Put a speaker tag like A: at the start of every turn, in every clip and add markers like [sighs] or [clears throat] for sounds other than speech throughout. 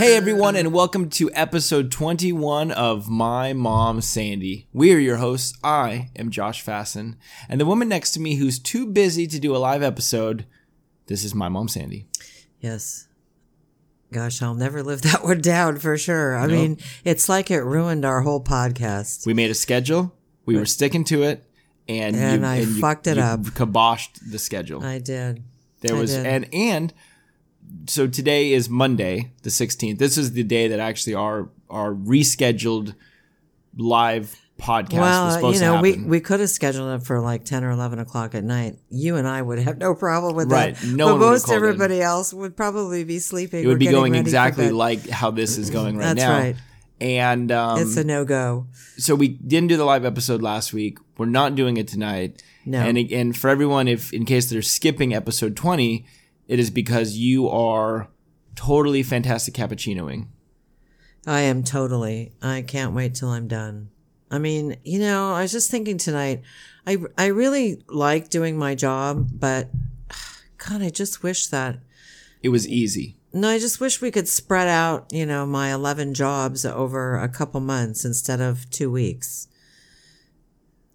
A: everyone, and welcome to episode 21 of My Mom Sandy. We are your hosts. I am Josh Fasten, and the woman next to me who's too busy to do a live episode, this is my mom Sandy.
B: Yes. Gosh, I'll never live [laughs] that one down for sure. I
A: Nope.
B: mean, it's like it ruined our whole podcast.
A: We made a schedule, we were sticking to it, and,
B: And
A: you,
B: I fucked it
A: you
B: up.
A: Kiboshed the schedule.
B: I did.
A: There
B: I
A: was
B: did.
A: and and so today is Monday, the 16th. This is the day that actually our our rescheduled live podcast was
B: well,
A: supposed
B: you know,
A: to
B: we,
A: happen.
B: we could have scheduled it for like 10 or 11 o'clock at night. You and I would have no problem with
A: Right.
B: that.
A: No
B: but
A: one would have
B: most
A: called in.
B: everybody else would probably be sleeping.
A: it would
B: or
A: be
B: getting
A: going
B: ready for
A: exactly
B: bed.
A: like how this is going right
B: That's
A: now.
B: right.
A: And um,
B: It's a no go.
A: so we didn't do the live episode last week. We're not doing it tonight.
B: No.
A: And again, for everyone, if in case they're skipping episode 20, it is because you are totally fantastic cappuccinoing.
B: I am totally. I can't wait till I'm done. I mean, you know, I was just thinking tonight. I I really like doing my job, but [sighs] God, I just wish that.
A: It was easy.
B: No, I just wish we could spread out, you know, my 11 jobs over a couple months instead of 2 weeks.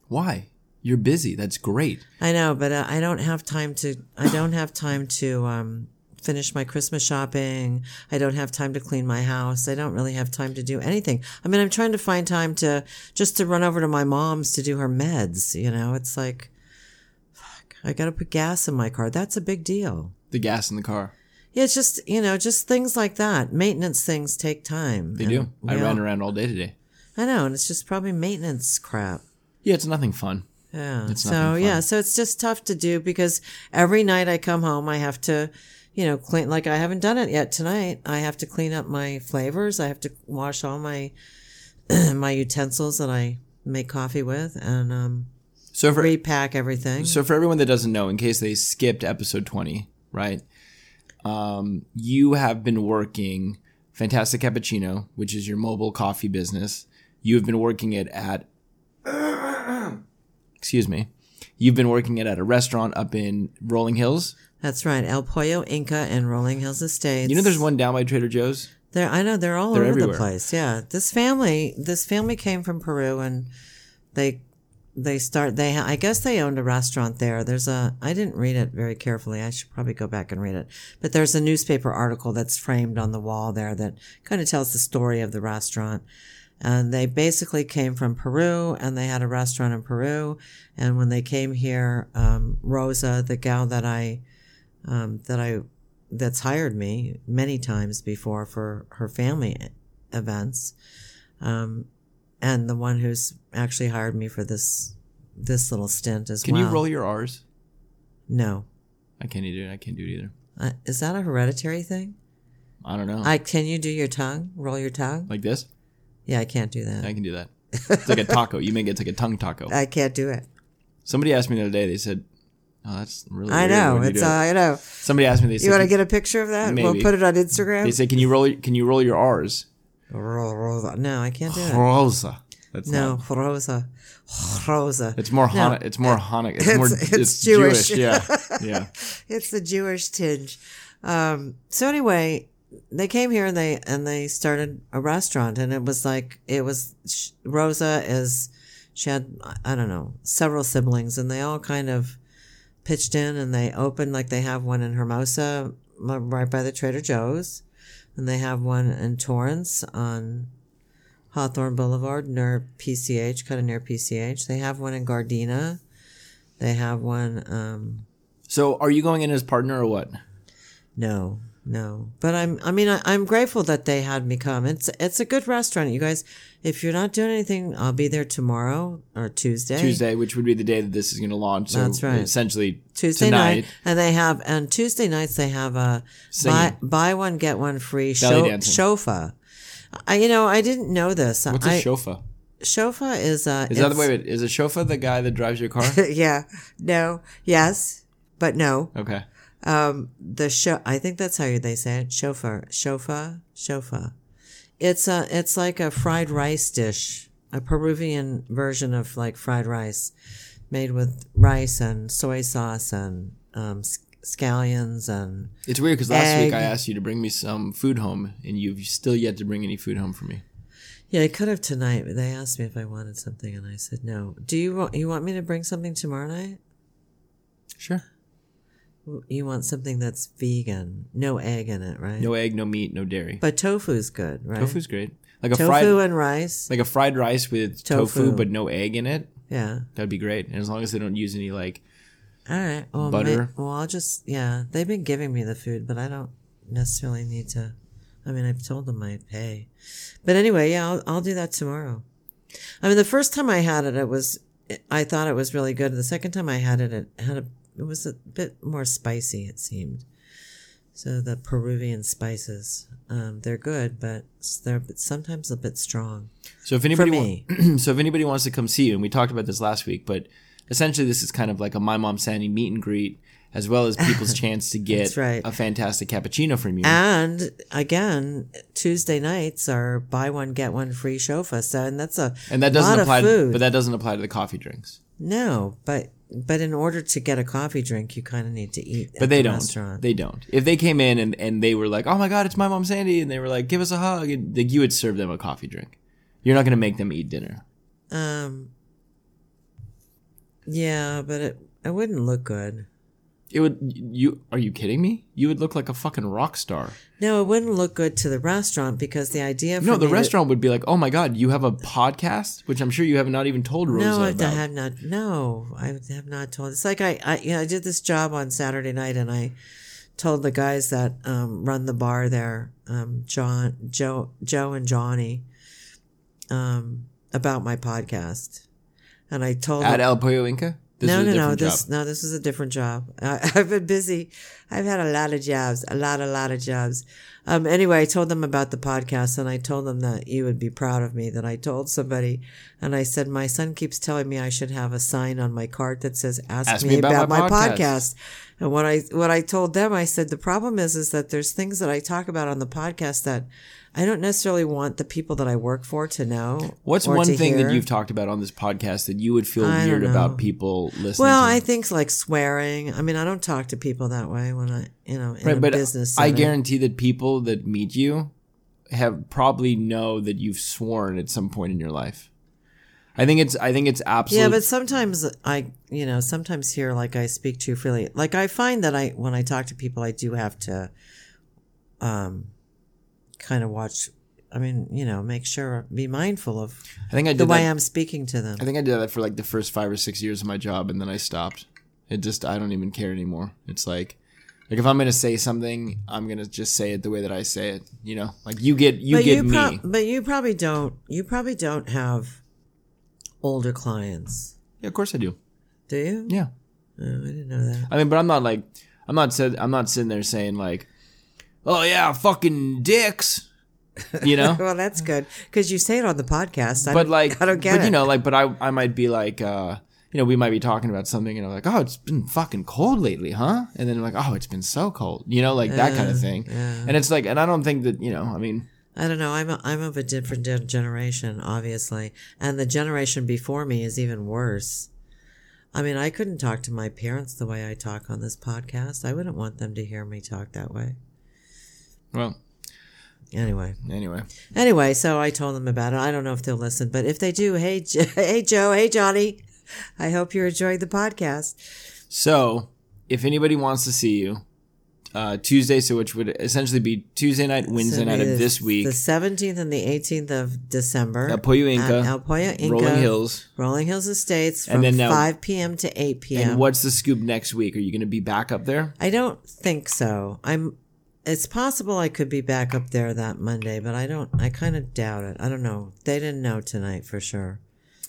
A: Why? You're busy. That's great.
B: I know, but uh, I don't have time to I don't have time to um finish my Christmas shopping. I don't have time to clean my house. I don't really have time to do anything. I mean, I'm trying to find time to just to run over to my mom's to do her meds, you know. It's like fuck, I got to put gas in my car. That's a big deal.
A: The gas in the car.
B: Yeah, it's just, you know, just things like that. Maintenance things take time.
A: They do. I ran around all day today.
B: I know, and it's just probably maintenance crap.
A: Yeah, it's nothing fun.
B: Yeah.
A: nothing
B: so yeah, so it's just tough to do because every night I come home, I have to, you know, clean. Like I haven't done it yet tonight. I have to clean up my flavors. I have to wash all my [clears throat] my utensils that I make coffee with and um,
A: So for
B: repack everything.
A: so for everyone that doesn't know, in case they skipped episode twenty, right? Um, you have been working Fantastic Cappuccino, which is your mobile coffee business. You've been working it at [clears throat] excuse me. You've been working it at a restaurant up in Rolling Hills.
B: That's right, El Pollo Inca and Rolling Hills Estates.
A: You know there's one down by Trader Joe's?
B: They're, I know they're all
A: They're
B: over
A: everywhere.
B: the place. Yeah, this family, this family came from Peru, and they, they start. They, ha- I guess they owned a restaurant there. There's a. I didn't read it very carefully. I should probably go back and read it. But there's a newspaper article that's framed on the wall there that kind of tells the story of the restaurant. And they basically came from Peru, and they had a restaurant in Peru. And when they came here, um, Rosa, the gal that I um, that I that's hired me many times before for her family events, um, and the one who's actually hired me for this this little stint as
A: Can
B: well.
A: you roll your R's?
B: No,
A: I can't do it. I can't do it either.
B: uh, is that a hereditary thing?
A: I don't know.
B: I can you do your tongue? Roll your tongue?
A: like this?
B: yeah, I can't do that.
A: I can do that. It's
B: [laughs]
A: like a taco. You make it it's like a tongue taco.
B: I, can't do it.
A: Somebody asked me the other day. They said, "Oh, that's really."
B: I
A: weird
B: know
A: when you
B: it's.
A: do
B: Uh,
A: it."
B: I know.
A: Somebody asked me. They
B: You want to
A: said,
B: get a picture of that? We'll
A: Maybe.
B: put it on Instagram.
A: "They said, can you roll? Can you roll your R's?"
B: Roll, roll that. No, I can't do it.
A: Rosa. That's not-
B: No, Rosa, Rosa.
A: It's more Hanukkah. It's
B: [laughs]
A: more Hanukkah. It's, more.
B: It's- it's Jewish.
A: Yeah.
B: [laughs]
A: Yeah.
B: it's the Jewish tinge. Um, so anyway, they came here and they and they started a restaurant, and it was like it was sh- Rosa is she had I don't know several siblings, and they all kind of pitched in, and they opened like they have one in Hermosa, m- right by the Trader Joe's, and they have one in Torrance on. Hawthorne Boulevard near PCH, kind of near PCH. They have one in Gardena. They have one um,
A: So, are you going in as partner or what?
B: no, no. But I'm. I mean, I, I'm grateful that they had me come. It's it's a good restaurant, you guys. If you're not doing anything, I'll be there tomorrow or Tuesday.
A: Tuesday, which would be the day that this is going to launch. So
B: That's right.
A: Essentially,
B: Tuesday
A: tonight.
B: night, and they have and Tuesday nights they have a buy, buy one get one free
A: Belly
B: sho-
A: dancing.
B: shofa. I you know I didn't know this.
A: What's a
B: I,
A: shofa?
B: shofa is uh
A: Is that the way? It, is a shofa the guy that drives your car?
B: [laughs] yeah no yes but no
A: okay.
B: Um, the show. I think that's how they say it. Chauffeur, chauffeur, chauffeur. It's a. It's like a fried rice dish, a Peruvian version of like fried rice, made with rice and soy sauce and um, s- scallions and
A: It's weird because last week
B: Egg.
A: I asked you to bring me some food home, and you've still yet to bring any food home for me.
B: yeah, I could have tonight, but they asked me if I wanted something and I said no. Do you want you want me to bring something tomorrow night?
A: Sure.
B: You want something that's vegan, no egg in it, right?
A: No egg, no meat, no dairy.
B: But tofu's good, right?
A: Tofu's great. Like a
B: Tofu
A: fried,
B: and rice.
A: like a fried rice with tofu.
B: Tofu.
A: but no egg in it.
B: Yeah.
A: That'd be great. And as long as they don't use any like
B: All right. Well,
A: Butter.
B: ma- well, I'll just yeah. They've been giving me the food, but I don't necessarily need to. I mean, I've told them I pay, but anyway, yeah, I'll, I'll do that tomorrow. I mean, the first time I had it, it was I thought it was really good. The second time I had it, it had a it was a bit more spicy. It seemed. So the Peruvian spices, um, they're good, but s- they're but sometimes a bit strong.
A: So if anybody wa- [clears throat]
B: me.
A: so if anybody wants to come see you, and we talked about this last week, but essentially this is kind of like a my mom Sandy meet and greet, as well as
B: [laughs]
A: people's chance to get
B: That's right.
A: a fantastic cappuccino from you.
B: And again, Tuesday nights are buy one get one free shofa. So and that's a
A: and that doesn't
B: lot of
A: apply,
B: food.
A: but that doesn't apply to the coffee drinks.
B: no, but but in order to get a coffee drink, you kind of need to eat. at
A: But they
B: the
A: don't.
B: Restaurant.
A: They don't. If they came in and, and they were like, "Oh my God, it's my mom Sandy," and they were like, "Give us a hug," and, like you would serve them a coffee drink. You're not going to make them eat dinner.
B: um. Yeah, but it it wouldn't look good.
A: It would. You are you kidding me? You would look like a fucking rock star.
B: No, it wouldn't look good to the restaurant because the idea. For
A: No, the
B: me to-
A: restaurant would be like, "Oh my God, you have a podcast," which I'm sure you have not even told Rosa
B: No, I
A: about.
B: have not. No, I have not told. It's like I, I, you know, I did this job on Saturday night, and I told the guys that um, run the bar there, um, John, Joe, Joe, and Johnny, um, about my podcast, and I told
A: At
B: them,
A: El Pollo Inca. This
B: no,
A: is a
B: no, no,
A: different
B: this
A: job.
B: no, this is a different job. I, [laughs] I've been busy. I've had a lot of jobs, a lot, a lot of jobs. Um, anyway, I told them about the podcast, and I told them that you would be proud of me that I told somebody, and I said my son keeps telling me I should have a sign on my cart that says "Ask, me, about, my, podcast. And what I what I told them, I said the problem is is that there's things that I talk about on the podcast that I don't necessarily want the people that I work for to know.
A: What's
B: or
A: one
B: to
A: thing
B: hear.
A: that you've talked about on this podcast that you would feel
B: I
A: weird
B: don't know.
A: about people listening?
B: Well,
A: to?
B: I think like swearing. I mean, I don't talk to people that way when I, you know, in a
A: but
B: business.
A: I
B: setting.
A: guarantee that people that meet you have probably know that you've sworn at some point in your life. I think it's. I think it's absolutely.
B: Yeah, but sometimes I, you know, sometimes here, like I speak too freely. Like I find that I, when I talk to people, I do have to, um, kind of watch. I mean, you know, make sure, be mindful of
A: I think I did.
B: the way
A: that-
B: I'm speaking to them.
A: I think I did that for like the first five or six years of my job, and then I stopped. It just I don't even care anymore. It's like, like if I'm gonna say something, I'm gonna just say it the way that I say it. You know, like you get you
B: but
A: get
B: you prob-
A: me.
B: but you probably don't. You probably don't have older clients,
A: yeah, of course I do.
B: do you?
A: Yeah,
B: Oh, I didn't know that.
A: I mean, but I'm not like I'm not said I'm not sitting there saying like, oh yeah, fucking dicks. You know,
B: Well, that's good because you say it on the podcast. I
A: but
B: don't-
A: like
B: I don't get
A: but
B: it.
A: you know like but i i might be like uh you know we might be talking about something and i'm like oh it's been fucking cold lately huh and then i'm like oh it's been so cold you know like that kind of thing and it's like and i don't think that you know i mean
B: I don't know. I'm a, I'm of a different gen- generation, obviously, and the generation before me is even worse. I mean, I couldn't talk to my parents the way I talk on this podcast. I wouldn't want them to hear me talk that way.
A: well
B: Anyway,
A: anyway
B: anyway, so I told them about it. I don't know if they'll listen, but if they do, hey, J- [laughs] hey, Joe, hey, Johnny, I hope you're enjoying the podcast.
A: so if anybody wants to see you uh tuesday so which would essentially be tuesday night wednesday
B: So
A: night
B: it
A: of
B: is
A: this week
B: the 17th and the 18th of December.
A: El Pollo Inca,
B: at El Pollo Inca,
A: rolling hills
B: Rolling Hills Estates
A: And
B: from
A: then now-
B: 5 p.m. to 8 p.m.
A: and what's the scoop next week are you going to be back up there
B: I don't think so. I'm. It's possible I could be back up there that Monday, but I don't. I kind of doubt it. I don't know. They didn't know tonight for sure.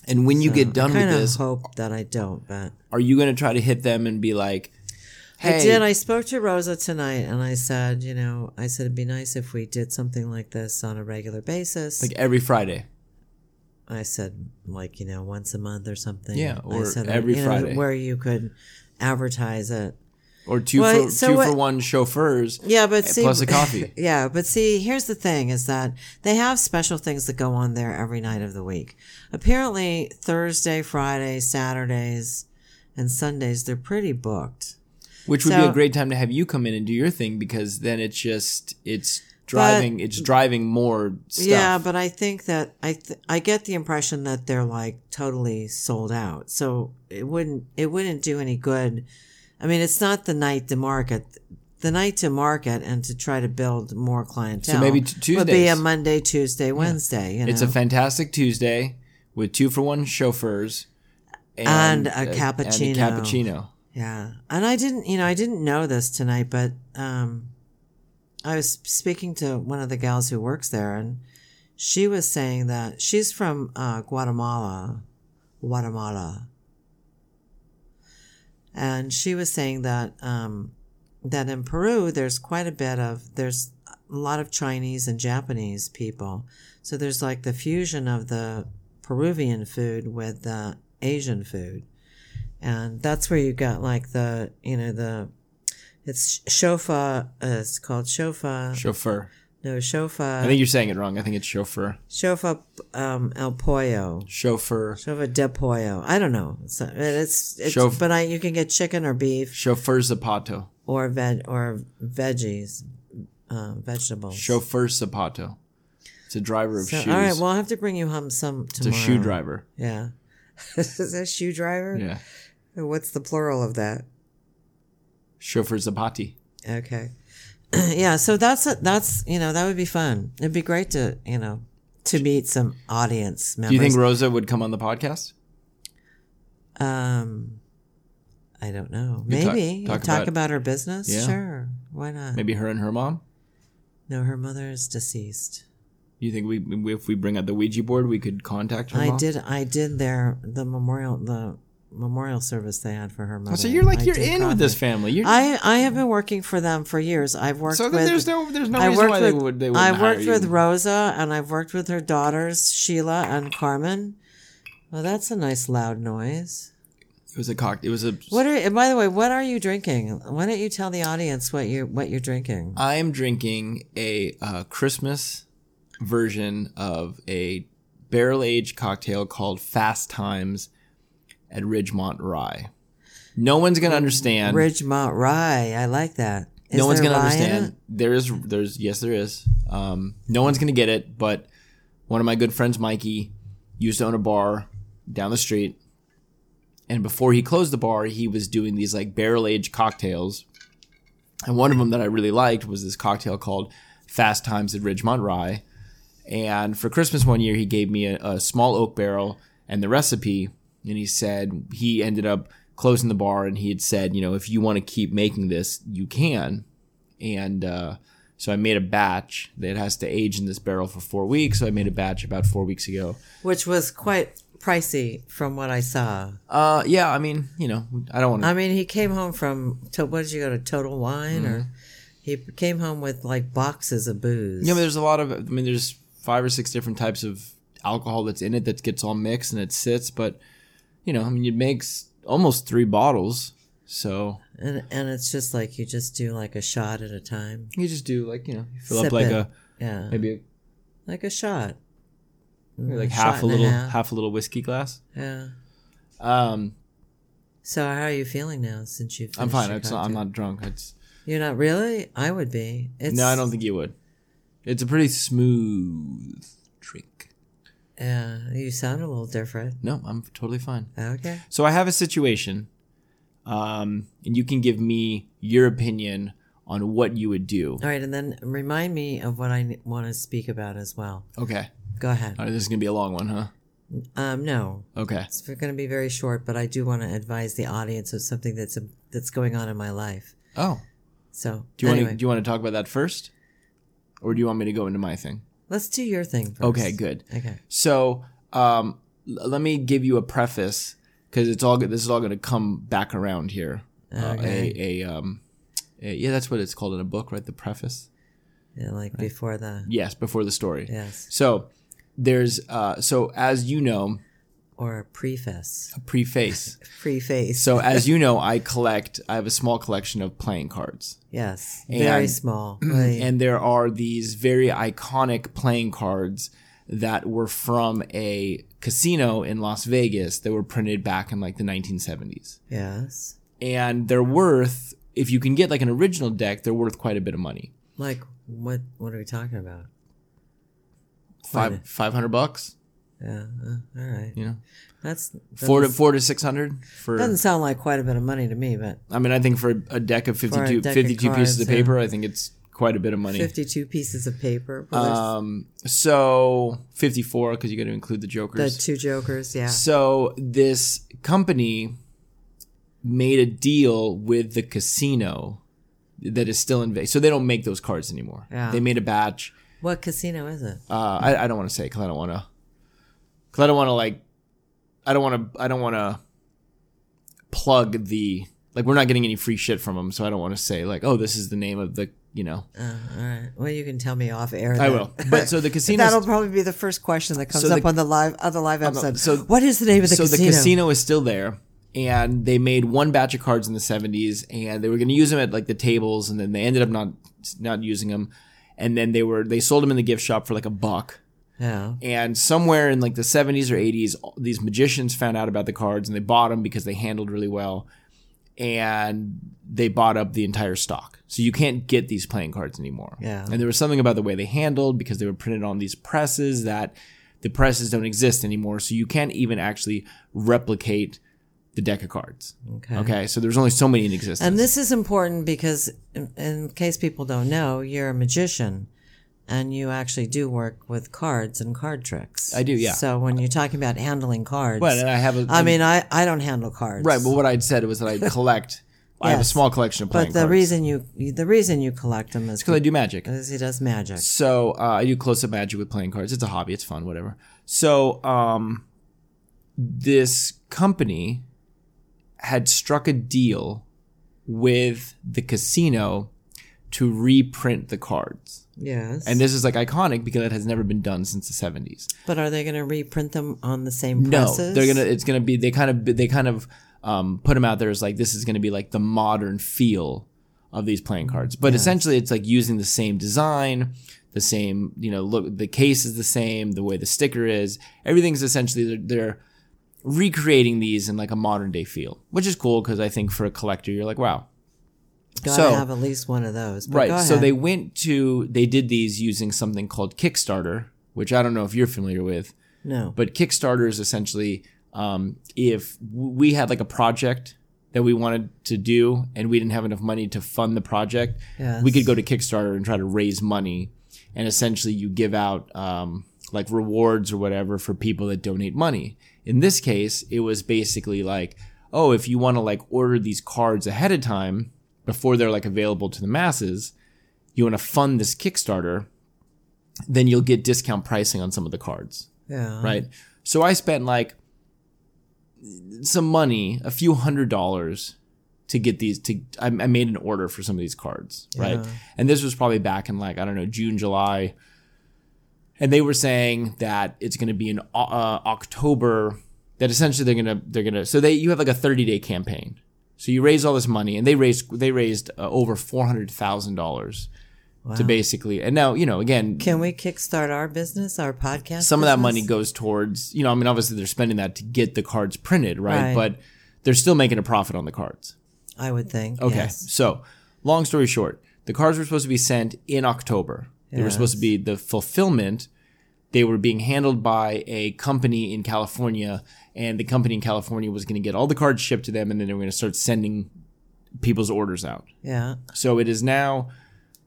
A: and when you get done with
B: Kind of
A: this
B: hope that I don't, but
A: are you going to try to hit them and be like hey
B: I did. I spoke to Rosa tonight, and I said, you know, I said it'd be nice if we did something like this on a regular basis.
A: like every friday
B: I said, like you know, once a month or something.
A: Yeah,
B: I
A: or
B: said,
A: every
B: you know,
A: Friday.
B: where you could advertise it.
A: or two
B: Well,
A: for
B: so
A: two for
B: what-
A: one chauffeurs.
B: Yeah, but see,
A: plus a coffee.
B: [laughs] yeah, but see, here's the thing: is that they have special things that go on there every night of the week. Apparently, Thursday, Friday, Saturdays, and Sundays they're pretty booked.
A: Which would be
B: So-
A: a great time to have you come in and do your thing because then it's just it's driving it's driving more stuff.
B: Yeah, but I think that I th- I get the impression that they're like totally sold out. So it wouldn't it wouldn't do any good. I mean, it's not the night to market. The night to market and to try to build more clientele.
A: maybe t-
B: would be a
A: Tuesdays.
B: Monday, Tuesday, Wednesday. You know?
A: It's a fantastic Tuesday with two for one chauffeurs
B: And a
A: And
B: cappuccino.
A: a cappuccino.
B: Yeah. And I didn't, you know, I didn't know this tonight, but um I was speaking to one of the gals who works there and she was saying that she's from uh Guatemala, Guatemala. And she was saying that um that in Peru there's quite a bit of there's a lot of Chinese and Japanese people. So there's like the fusion of the Peruvian food with the Asian food and that's where you got like the you know the it's shofa uh, it's called shofa
A: Chauffeur.
B: no shofa
A: I think you're saying it wrong. I think it's chauffeur.
B: shofa um el pollo
A: Chauffeur.
B: shofa de pollo i don't know it's it's, it's
A: Shof-
B: but i you can get chicken or beef
A: Chauffeur Zapato.
B: or veg or veggies uh, vegetables
A: Chauffeur Zapato. It's a driver of
B: So,
A: shoes.
B: all right well i'll have to bring you home some
A: it's a
B: tomorrow
A: shoe driver.
B: yeah [laughs] is that shoe driver
A: Yeah.
B: what's the plural of that
A: Chauffeur Zapati.
B: Okay. [clears throat] yeah, so that's a, that's you know that would be fun. It'd be great to you know to meet some audience members.
A: Do you think Rosa would come on the podcast?
B: um, I don't know.
A: could talk-
B: Maybe talk,
A: talk
B: talk about,
A: about-
B: her business.
A: Yeah.
B: Sure, why not?
A: Maybe her and her mom?
B: No, her mother is deceased.
A: You think we if we bring out the Ouija board, we could contact her
B: I
A: mom?
B: did. I did their the memorial the memorial service they had for her mother.
A: Oh, so you're like
B: I
A: you're
B: did
A: in with this
B: contact-
A: family. You're
B: I I have been working for them for years. I've worked
A: so then
B: with
A: there's no there's no
B: I
A: reason
B: worked
A: why
B: with
A: they would they wouldn't
B: I worked
A: hire
B: with
A: you.
B: Rosa and I've worked with her daughters Sheila and Carmen. Well, that's a nice loud noise.
A: It was a cock. It was a.
B: What are and by the way? What are you drinking? Why don't you tell the audience what you what you're drinking?
A: I am drinking a uh, Christmas version of a barrel aged cocktail called Fast Times at Ridgemont Rye. No one's gonna understand.
B: Ridgemont Rye. I like that. Is
A: no one's
B: there
A: gonna
B: rye in
A: understand. There is, there's, yes, there is. Um, no one's gonna get it, but one of my good friends, Mikey, used to own a bar down the street, and before he closed the bar, he was doing these like barrel aged cocktails, and one of them that I really liked was this cocktail called Fast Times at Ridgemont Rye. And for Christmas one year, he gave me a, a small oak barrel and the recipe. And he said he ended up closing the bar and he had said, you know, if you want to keep making this, you can. And uh, so I made a batch that has to age in this barrel for four weeks. So I made a batch about four weeks ago.
B: it? Which was quite pricey from what I saw.
A: Uh, yeah, I mean, you know, I don't want to.
B: I mean, he came home from to, what did you go to Total Wine
A: Mm.
B: or he came home with like boxes of booze.
A: Yeah, but there's a lot of. I mean, there's five or six different types of alcohol that's in it that gets all mixed and it sits. But you know, I mean, it makes almost three bottles. So
B: and and it's just like you just do like a shot at a time.
A: you just do like you know, you fill
B: Sip
A: up like
B: it.
A: a
B: Yeah.
A: maybe, a,
B: like a shot.
A: maybe like
B: a
A: half
B: shot and
A: a
B: a
A: little
B: half.
A: half. a little whiskey glass.
B: Yeah.
A: Um,
B: So how are you feeling now since you've?
A: I'm
B: finished
A: fine.
B: your
A: It's not, I'm
B: cocktail?
A: not drunk. It's
B: You're not really. I would be. It's,
A: no, I don't think you would. It's a pretty smooth drink.
B: Yeah, you sound a little different.
A: No, I'm totally fine.
B: Okay.
A: So I have a situation, um, and you can give me your opinion on what you would do.
B: All right, and then remind me of what I want to speak about as well.
A: Okay.
B: Go ahead.
A: All right, this is gonna be a long one, huh?
B: Um, no,
A: Okay.
B: it's going to be very short, but I do want to advise the audience of something that's that's going on in my life.
A: Oh,
B: So
A: do you
B: anyway,
A: want to do you want to talk about that first, or do you want me to go into my thing?
B: let's do your thing first.
A: Okay, good.
B: Okay.
A: So, um, l- let me give you a preface because it's all go- this is all gonna come back around here. Uh, a, a um, a- yeah, that's what it's called in a book, right? The preface.
B: Yeah, like before the
A: Yes, before the story.
B: yes
A: So there's uh, so as you know,
B: or preface
A: a preface.
B: preface.
A: so as you know, I collect. I have a small collection of playing cards.
B: Yes, very
A: And- [clears throat]
B: small.
A: and there are these very iconic playing cards that were from a casino in Las Vegas that were printed back in like the 1970s.
B: yes.
A: And they're worth if you can get like an original deck, they're worth quite a bit of money.
B: Like what? What are we talking about? Quite
A: Five five hundred bucks,
B: Yeah. Uh, all right.
A: you know,
B: That's doesn't-
A: four to four to six hundred for.
B: Doesn't sound like quite a bit of money to me, but
A: I mean, I think for a deck of
B: a
A: 52,
B: deck of
A: 52 pieces
B: cards,
A: of
B: yeah.
A: paper, I think it's quite a bit of money.
B: fifty-two pieces of paper. Well,
A: Um, so fifty four because you got to include the
B: there's
A: jokers.
B: the two jokers. Yeah.
A: So this company made a deal with the casino that is still in Vegas. So they don't make those cards anymore.
B: Yeah.
A: They made a batch.
B: What casino is it?
A: Uh, I, I don't want to say because I don't want to. Because I don't want to like. I don't want to. I don't want to plug the like. We're not getting any free shit from them, so I don't want to say like, oh, this is the name of the you know.
B: Oh, all right. Well, you can tell me off air.
A: I
B: then.
A: will.
B: [laughs]
A: But so the casino.
B: Uh-huh. That'll probably be the first question that comes
A: So the-
B: up on the live other live episode.
A: so-
B: So, what is the name of the
A: so
B: casino?
A: the casino is still there and they made one batch of cards in the 70s and they were going to use them at like the tables and then they ended up not not using them and then they were they sold them in the gift shop for like a buck
B: Yeah.
A: and somewhere in like the 70s or 80s all- these magicians found out about the cards and they bought them because they handled really well and they bought up the entire stock so you can't get these playing cards anymore
B: Yeah.
A: and there was something about the way they handled because they were printed on these presses that the presses don't exist anymore so you can't even actually replicate the deck of cards
B: Okay.
A: okay so there's only so many in existence
B: And this is important because, in, in case people don't know, you're a magician, and you actually do work with cards and card tricks.
A: I do, yeah.
B: So when you're talking about handling cards,
A: but and i have a
B: I mean, I I don't handle cards.
A: right but what i'd said was that i collect i have a
B: Yes.
A: small collection of playing
B: But the
A: cards
B: reason you you- the reason you collect them is
A: because i do magic
B: because he does magic.
A: So uh, I do close up magic with playing cards. It's a hobby. It's fun. Whatever. So um, this company had struck a deal with the casino to reprint the cards,
B: Yes.
A: and this is like iconic because it has never been done since the seventies.
B: but are they going to reprint them on the same
A: No,
B: presses?
A: they're gonna. It's gonna be. They kind of. They kind of um, put them out there as like this is gonna be like the modern feel of these playing cards. But essentially, it's like using the same design, the same. You know, look. The case is the same. The way the sticker is. Everything's essentially they're. they're recreating these in like a modern day feel which is cool because i think for a collector you're like wow
B: gotta
A: so-
B: have at least one of those. But go
A: right so
B: ahead.
A: they went to they did these using something called kickstarter which i don't know if you're familiar with
B: no.
A: but Kickstarter is essentially um, if w- we had like a project that we wanted to do and we didn't have enough money to fund the project,
B: Yes.
A: we could go to Kickstarter and try to raise money. And essentially, you give out um, like rewards or whatever for people that donate money. In this case, it was basically like, oh, if you want to like order these cards ahead of time before they're like available to the masses, you want to fund this Kickstarter, then you'll get discount pricing on some of the cards
B: yeah.
A: right? So I spent like some money, a few hundred dollars to get these to I, I made an order for some of these cards, right? And this was probably back in like I don't know, June, July. And they were saying that it's going to be in uh, October that essentially they're going to they're going to so they you have like a 30-day campaign. So you raise all this money and they raised they raised uh, over $400,000 to basically. And now, you know, again,
B: Can we kickstart our business, our podcast?
A: some of that
B: business?
A: money goes towards you know i mean obviously they're spending that to get the cards printed right,
B: Right.
A: but they're still making a profit on the cards
B: I would think.
A: okay
B: yes.
A: so long story short the cards were supposed to be sent in october they were supposed to be the fulfillment they were being handled by a company in california and the company in california was going to get all the cards shipped to them and then they were going to start sending people's orders out
B: Yeah.
A: so it is now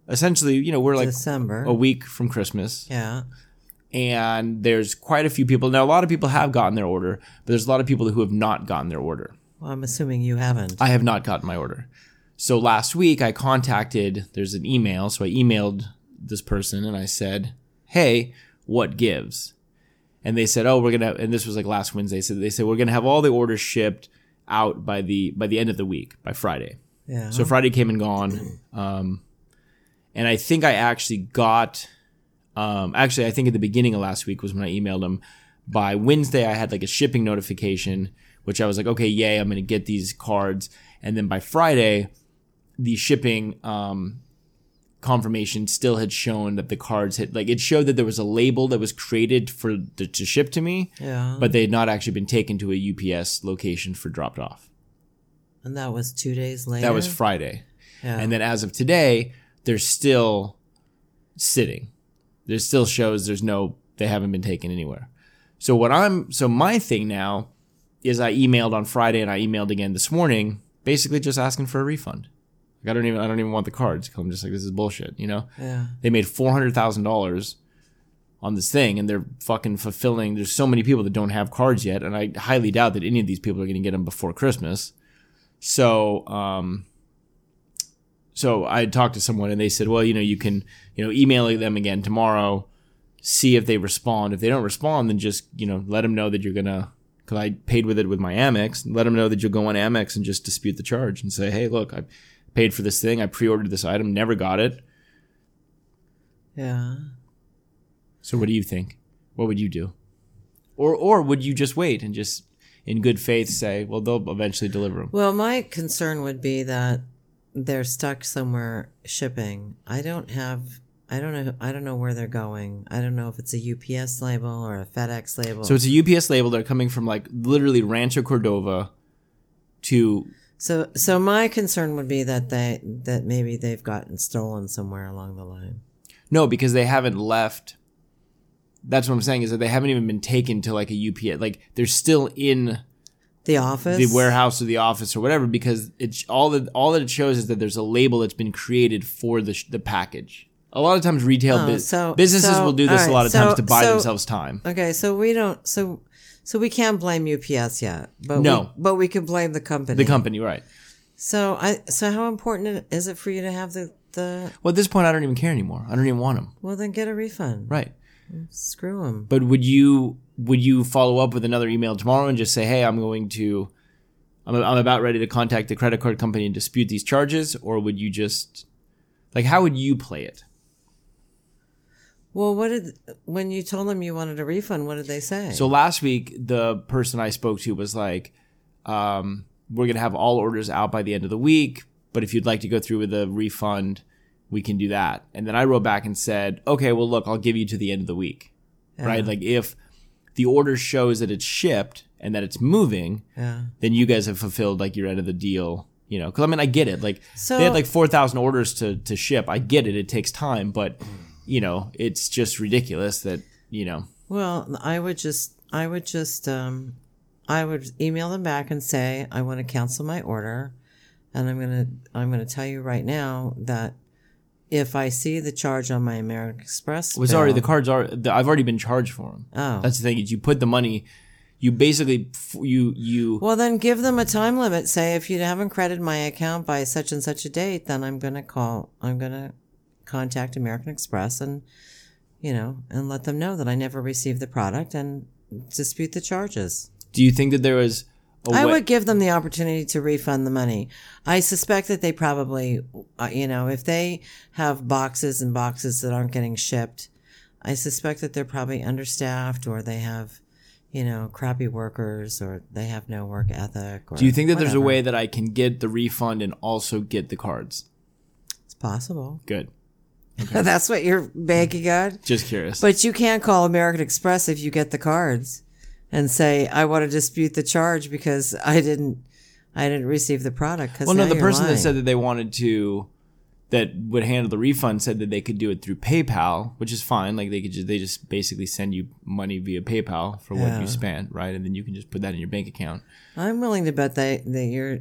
A: essentially you know we're like oh.
B: December.
A: a week from christmas
B: yeah.
A: and there's quite a few people now a lot of people have gotten their order but there's a lot of people who have not gotten their order
B: Well, I'm assuming you haven't.
A: i have not gotten my order so last week i contacted there's an email so i emailed this person and i said hey what gives and they said oh we're gonna and this was like last wednesday so they said we're gonna have all the orders shipped out by the by the end of the week by friday
B: yeah.
A: so Friday came and gone. Um, and I think I actually got, um, actually, I think at the beginning of last week was when I emailed them. By Wednesday, I had like a shipping notification, which I was like, okay, yay, I'm going to get these cards. And then by Friday, the shipping um, confirmation still had shown that the cards had, like, it showed that there was a label that was created for the, to ship to me,
B: yeah.
A: but they had not actually been taken to a UPS location for dropped off.
B: and that was two days later.
A: That was Friday.
B: Yeah.
A: And then as of today, they're still sitting. There's still shows. There's no. They haven't been taken anywhere. So what I'm. So my thing now is I emailed on Friday and I emailed again this morning, basically just asking for a refund. Like I don't even. I don't even want the cards. 'cause I'm just like this is bullshit. You know.
B: Yeah.
A: They made four hundred thousand dollars on this thing, and they're fucking fulfilling. There's so many people that don't have cards yet, and I highly doubt that any of these people are going to get them before Christmas. So, um, so I talked to someone, and they said, "Well, you know, you can, you know, email them again tomorrow, see if they respond. If they don't respond, then just, you know, let them know that you're gonna." Because I paid with it with my Amex, let them know that you'll go on Amex and just dispute the charge and say, "Hey, look, I paid for this thing. I pre-ordered this item, never got it.
B: Yeah.
A: So what do you think? What would you do? Or or would you just wait and just in good faith say, well, they'll eventually deliver them?
B: Well, my concern would be that they're stuck somewhere shipping. I don't have. I don't know. I don't know where they're going. I don't know if it's a UPS label or a FedEx label.
A: So it's a UPS label. They're coming from like literally Rancho Cordova to
B: So, so my concern would be that they that maybe they've gotten stolen somewhere along the line.
A: no because they haven't left. That's what I'm saying is that they haven't even been taken to like a UPS. Like they're still in
B: The office,
A: the warehouse or the office or whatever because it's all that all that it shows is that there's a label that's been created for the sh- the package. A lot of times, retail
B: Oh,
A: bus-
B: so-
A: businesses
B: so-
A: will do this
B: all
A: a
B: right,
A: lot of
B: so-
A: times to buy
B: so-
A: themselves time.
B: Okay, so we don't. So, so we can't blame UPS yet, but
A: No.
B: we, but we can blame the company.
A: The company, right?
B: so, I so how important is it for you to have the the?
A: Well, at this point, I don't even care anymore. I don't even want them.
B: Well, then get a refund.
A: Right.
B: Screw them.
A: But would you would you follow up with another email tomorrow and just say, "Hey, I'm going to, I'm, I'm about ready to contact the credit card company and dispute these charges," or would you just, like, how would you play it?
B: Well, what did when you told them you wanted a refund? What did they say?
A: So last week, the person I spoke to was like, um, "We're gonna have all orders out by the end of the week, but if you'd like to go through with a refund, we can do that." And then I wrote back and said, "Okay, well, look, I'll give you to the end of the week, right? Like if the order shows that it's shipped and that it's moving,
B: yeah.
A: then you guys have fulfilled like your end of the deal." You know, because I mean, I get it. Like
B: So-
A: they had like four thousand orders to to ship. I get it. It takes time, but you know, it's just ridiculous that you know.
B: Well, I would just, I would just, um, I would email them back and say, I want to cancel my order. And I'm going to, I'm going to tell you right now that if I see the charge on my American Express,
A: was
B: bill-
A: already the cards are the, I've already been charged for them.
B: Oh.
A: That's the thing is you put the money, you basically f- you you
B: Well, then give them a time limit. Say, if you haven't credited my account by such and such a date, then I'm going to call, I'm going to contact American Express and, you know, and let them know that I never received the product and dispute the charges.
A: do you think that there was a
B: I
A: way,
B: would give them the opportunity to refund the money. I suspect that they probably, uh, you know, if they have boxes and boxes that aren't getting shipped, I suspect that they're probably understaffed or they have, you know, crappy workers or they have no work ethic. Or
A: do you think that there's a
B: whatever.
A: way that I can get the refund and also get the cards?
B: It's possible. [laughs]
A: Good.
B: That's what you're banking on.
A: Just curious.
B: But you can call American Express if you get the cards and say, I want to dispute the charge because I didn't. I didn't receive the product because
A: well, no, the person that said that they wanted to that would handle the refund said that they could do it through PayPal, which is fine. Like they could just they just basically send you money via PayPal for what
B: Yeah.
A: you spent, right? And then you can just put that in your bank account.
B: I'm willing to bet they that you're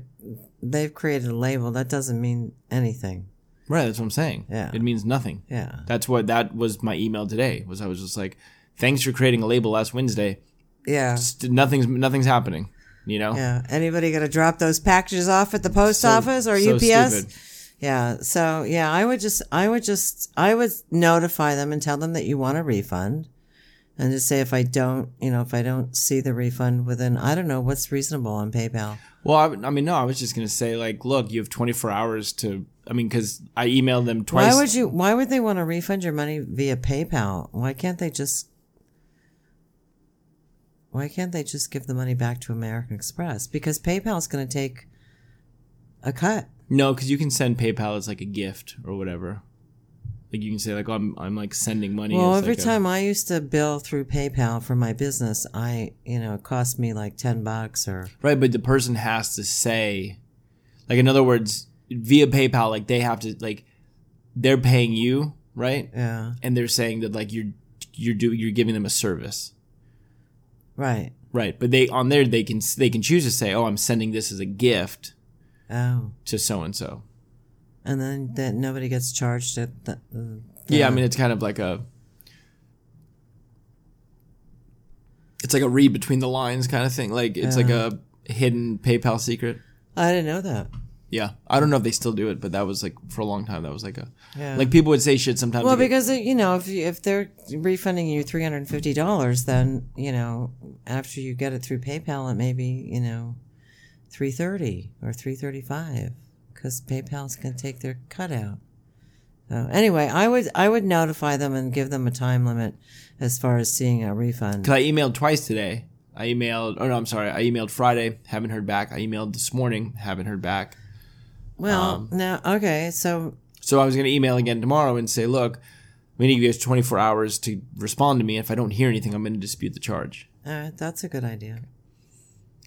B: they've created a label that doesn't mean anything.
A: Right, that's what I'm saying.
B: Yeah.
A: It means nothing.
B: Yeah.
A: That's what that was my email today. Was I was just like, thanks for creating a label last Wednesday.
B: Yeah.
A: Just nothing's nothing's happening. You know.
B: Yeah. Anybody going to drop those packages off at the post
A: So-
B: office or
A: so
B: UPS?
A: stupid.
B: Yeah. So, yeah, I would just I would just I would notify them and tell them that you want a refund and just say if I don't, you know, if I don't see the refund within I don't know what's reasonable on PayPal.
A: Well, I, I mean, no, I was just gonna say like, look, you have 24 hours to. I mean, because I emailed them twice.
B: Why would you why would they want to refund your money via PayPal? Why can't they just Why can't they just give the money back to American Express? Because PayPal's going to take a cut.
A: no, because you can send PayPal as like a gift or whatever. Like you can say like, oh, I'm I'm like sending money.
B: Well,
A: as,
B: every
A: like, a-
B: time I used to bill through PayPal for my business, I, you know, it cost me like 10 bucks or
A: Right, but the person has to say, like, in other words, via PayPal, like they have to like they're paying you, right?
B: Yeah.
A: And they're saying that like you're you're doing you're giving them a service,
B: Right.
A: right? But they on there they can they can choose to say, oh, I'm sending this as a gift
B: Oh.
A: to so and so.
B: And then that nobody gets charged at the. uh,
A: Yeah, I mean it's kind of like a it's like a read between the lines kind of thing. Like it's like a hidden PayPal secret.
B: I didn't know that.
A: Yeah, I don't know if they still do it, but that was like for a long time. That was like a
B: Yeah.
A: like people would say shit sometimes.
B: Well,
A: like,
B: because uh, you know, if you, if they're refunding you three hundred and fifty dollars, then you know, after you get it through PayPal, it may be you know, three thirty or three thirty five, because PayPal's can take their cut out. So anyway, I would I would notify them and give them a time limit as far as seeing a refund.
A: Because I emailed twice today. I emailed, oh no, I'm sorry. I emailed Friday, haven't heard back. I emailed this morning, haven't heard back.
B: Well, now okay, so
A: So I was going to email again tomorrow and say, look, we need you guys 24 hours to respond to me. If I don't hear anything, I'm going to dispute the charge.
B: uh, that's a good idea.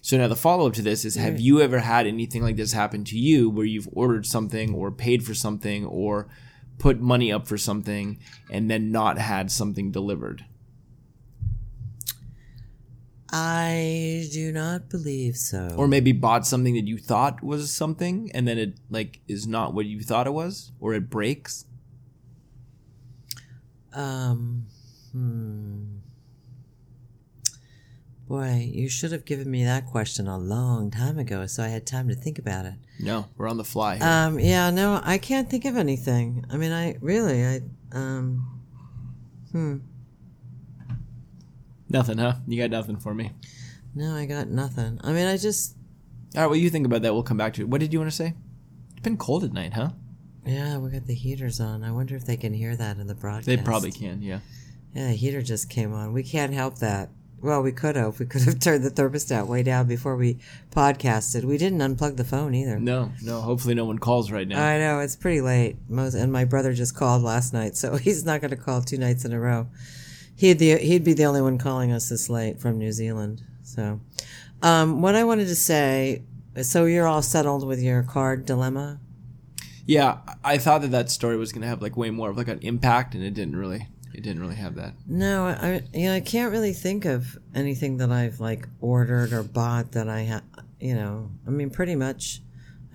A: So now the follow up to this is have you ever had anything like this happen to you where you've ordered something or paid for something or put money up for something and then not had something delivered?
B: I do not believe so.
A: Or maybe bought something that you thought was something and then it like is not what you thought it was or it breaks?
B: Um, hmm. Boy, you should have given me that question a long time ago so I had time to think about it.
A: No, we're on the fly here.
B: Um, yeah, no, I can't think of anything. I mean, I really, I, um,
A: nothing, huh? You got nothing for me.
B: no, I got nothing. I mean, I just,
A: All right, well, you think about that. We'll come back to it. What did you want to say? It's been cold at night, huh?
B: yeah, we got the heaters on. I wonder if they can hear that in the broadcast.
A: They probably can, yeah.
B: Yeah, the heater just came on. We can't help that. Well, we could have. We could have [laughs] turned the thermostat way down before we podcasted. We didn't unplug the phone either.
A: No, no, hopefully no one calls right now.
B: I know it's pretty late. Most and my brother just called last night, so [laughs] he's not going to call two nights in a row. He'd the, he'd be the only one calling us this late from New Zealand. So, um, what I wanted to say. So you're all settled with your card dilemma.
A: Yeah, I- I thought that that story was going to have like way more of like an impact and it didn't really it didn't really have that.
B: No, I you know I can't really think of anything that I've like ordered or bought that I ha You know, I mean, pretty much,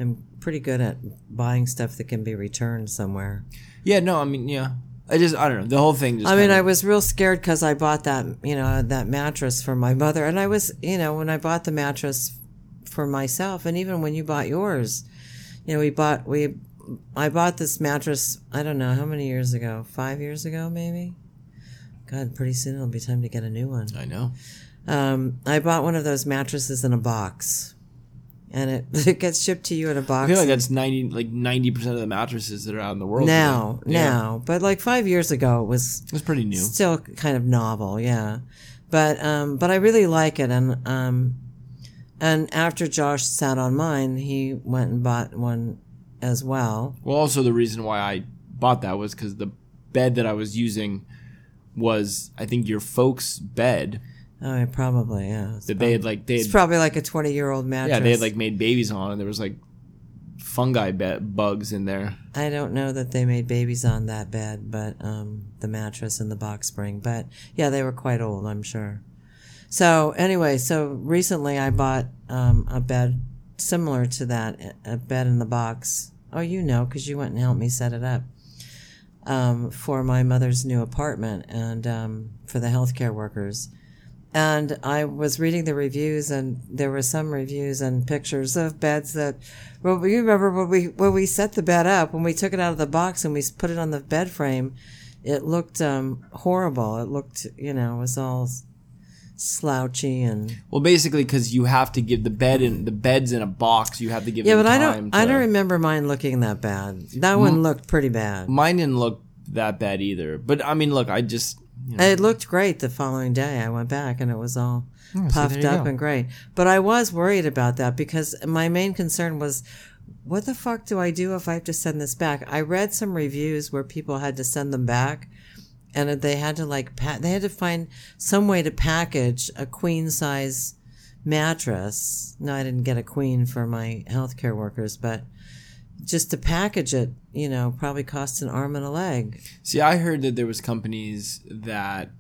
B: I'm pretty good at buying stuff that can be returned somewhere.
A: Yeah, no, I mean, yeah. I just I don't know. The whole thing just
B: I mean,
A: kinda-
B: I was real scared because I bought that, you know, that mattress for my mother. And I was, you know, when I bought the mattress for myself, and even when you bought yours, you know, we bought, we, I bought this mattress, I don't know how many years ago, five years ago, maybe? God, pretty soon it'll be time to get a new one.
A: I know.
B: Um, I bought one of those mattresses in a box. And it, it [laughs] gets shipped to you in a box.
A: I feel like that's 90 like 90% of the mattresses that are out in the world
B: now,
A: today. Yeah.
B: now. But like five years ago, it was
A: It's pretty new.
B: still kind of novel, yeah. But um, but I really like it, and um, and after Josh sat on mine, he went and bought one as well.
A: Well, also the reason why I bought that was because the bed that I was using was, I think, your folks' bed
B: Oh, yeah, probably yeah. It's,
A: that they had like they had,
B: it's probably like a twenty-year-old mattress.
A: yeah they had like made babies on and there was like fungi be- bugs in there.
B: I don't know that they made babies on that bed, but um, the mattress and the box spring. But yeah, they were quite old, I'm sure. So anyway, so recently I bought um, a bed similar to that, a bed in the box. Oh, you know, because you went and helped me set it up um, for my mother's new apartment and um, for the healthcare workers. And I was reading the reviews, and there were some reviews and pictures of beds that. Well, you remember when we when we set the bed up, when we took it out of the box and we s- put it on the bed frame, it looked um, horrible. It looked, you know, it was all s- slouchy and
A: Well, basically, because you have to give the bed in the beds in a box, you have to give
B: yeah.
A: them
B: But I
A: time
B: don't
A: to-
B: I don't remember mine looking that bad. That one looked pretty bad.
A: Mine didn't look that bad either. But I mean, look, I just you know,
B: It looked great the following day. I went back and it was all puffed
A: Oh, you
B: up
A: go.
B: and great. But I was worried about that because my main concern was what the fuck do I do if I have to send this back? I read some reviews where people had to send them back and they had to like pa- they had to find some way to package a queen size mattress. No, I didn't get a queen for my healthcare workers, but just to package it, you know, probably cost an arm and a leg.
A: See, I heard that there was companies that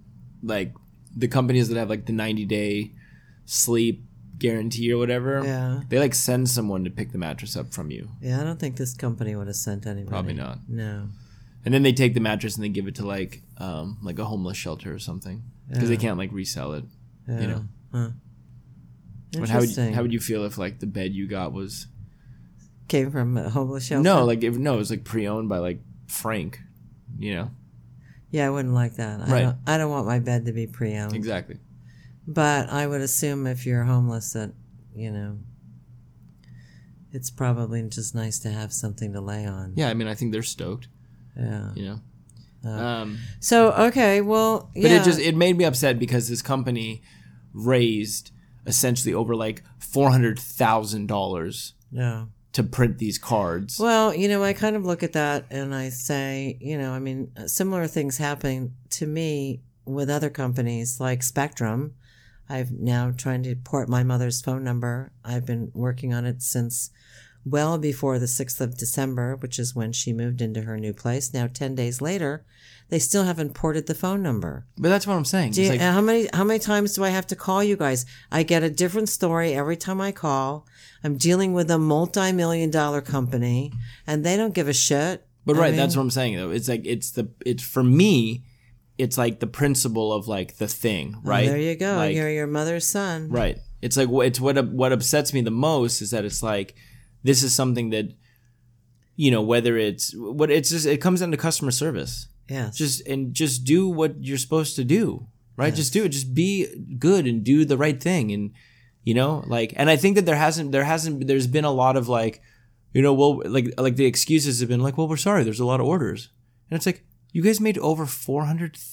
A: like the companies that have like the 90 day sleep guarantee or whatever.
B: Yeah.
A: They like send someone to pick the mattress up from you.
B: Yeah, I don't think this company would have sent anybody.
A: Probably not.
B: No.
A: And then they take the mattress and they give it to like um like a homeless shelter or something because they can't like resell it. You know. But how would
B: Oh, Interesting.
A: how would you feel if like the bed you got was
B: Came from a homeless shelter.
A: No, like if no, it was like pre-owned by like Frank, you know.
B: Yeah, I wouldn't like that. I
A: Right.
B: don't, I don't want my bed to be pre-owned.
A: Exactly.
B: But I would assume if you're homeless that, you know, it's probably just nice to have something to lay on.
A: Yeah, I mean, I think they're stoked,
B: Yeah.
A: you know. um
B: So, okay, well, Uh, yeah.
A: But it just it made me upset because this company raised essentially over like four hundred thousand dollars
B: no.
A: to print these cards.
B: Well, you know, I kind of look at that and I say, you know, I mean, similar things happen to me with other companies like Spectrum. I've now trying to port my mother's phone number. I've been working on it since well before the 6th of December, which is when she moved into her new place. Now 10 days later, they still haven't ported the phone number.
A: But that's what I'm saying.
B: Do you-
A: It's
B: uh,
A: like,
B: how many how many times do I have to call you guys? I get a different story every time I call. I'm dealing with a multi-million dollar company, and they don't give a shit.
A: but
B: I
A: right,
B: mean,
A: that's what I'm saying though. It's like it's the it's for me, it's like the principle of like the thing, right?
B: Oh, There you go.
A: Like,
B: You're your mother's son.
A: Right. It's like wh- it's what what upsets me the most is that it's like this is something that you know whether it's what it's just it comes down to customer service.
B: Yes.
A: Just and just do what you're supposed to do, right? Just do it. Just be good and do the right thing and you know like and I think that there hasn't there hasn't there's been a lot of like you know well like like the excuses have been like well we're sorry there's a lot of orders. And it's like you guys made over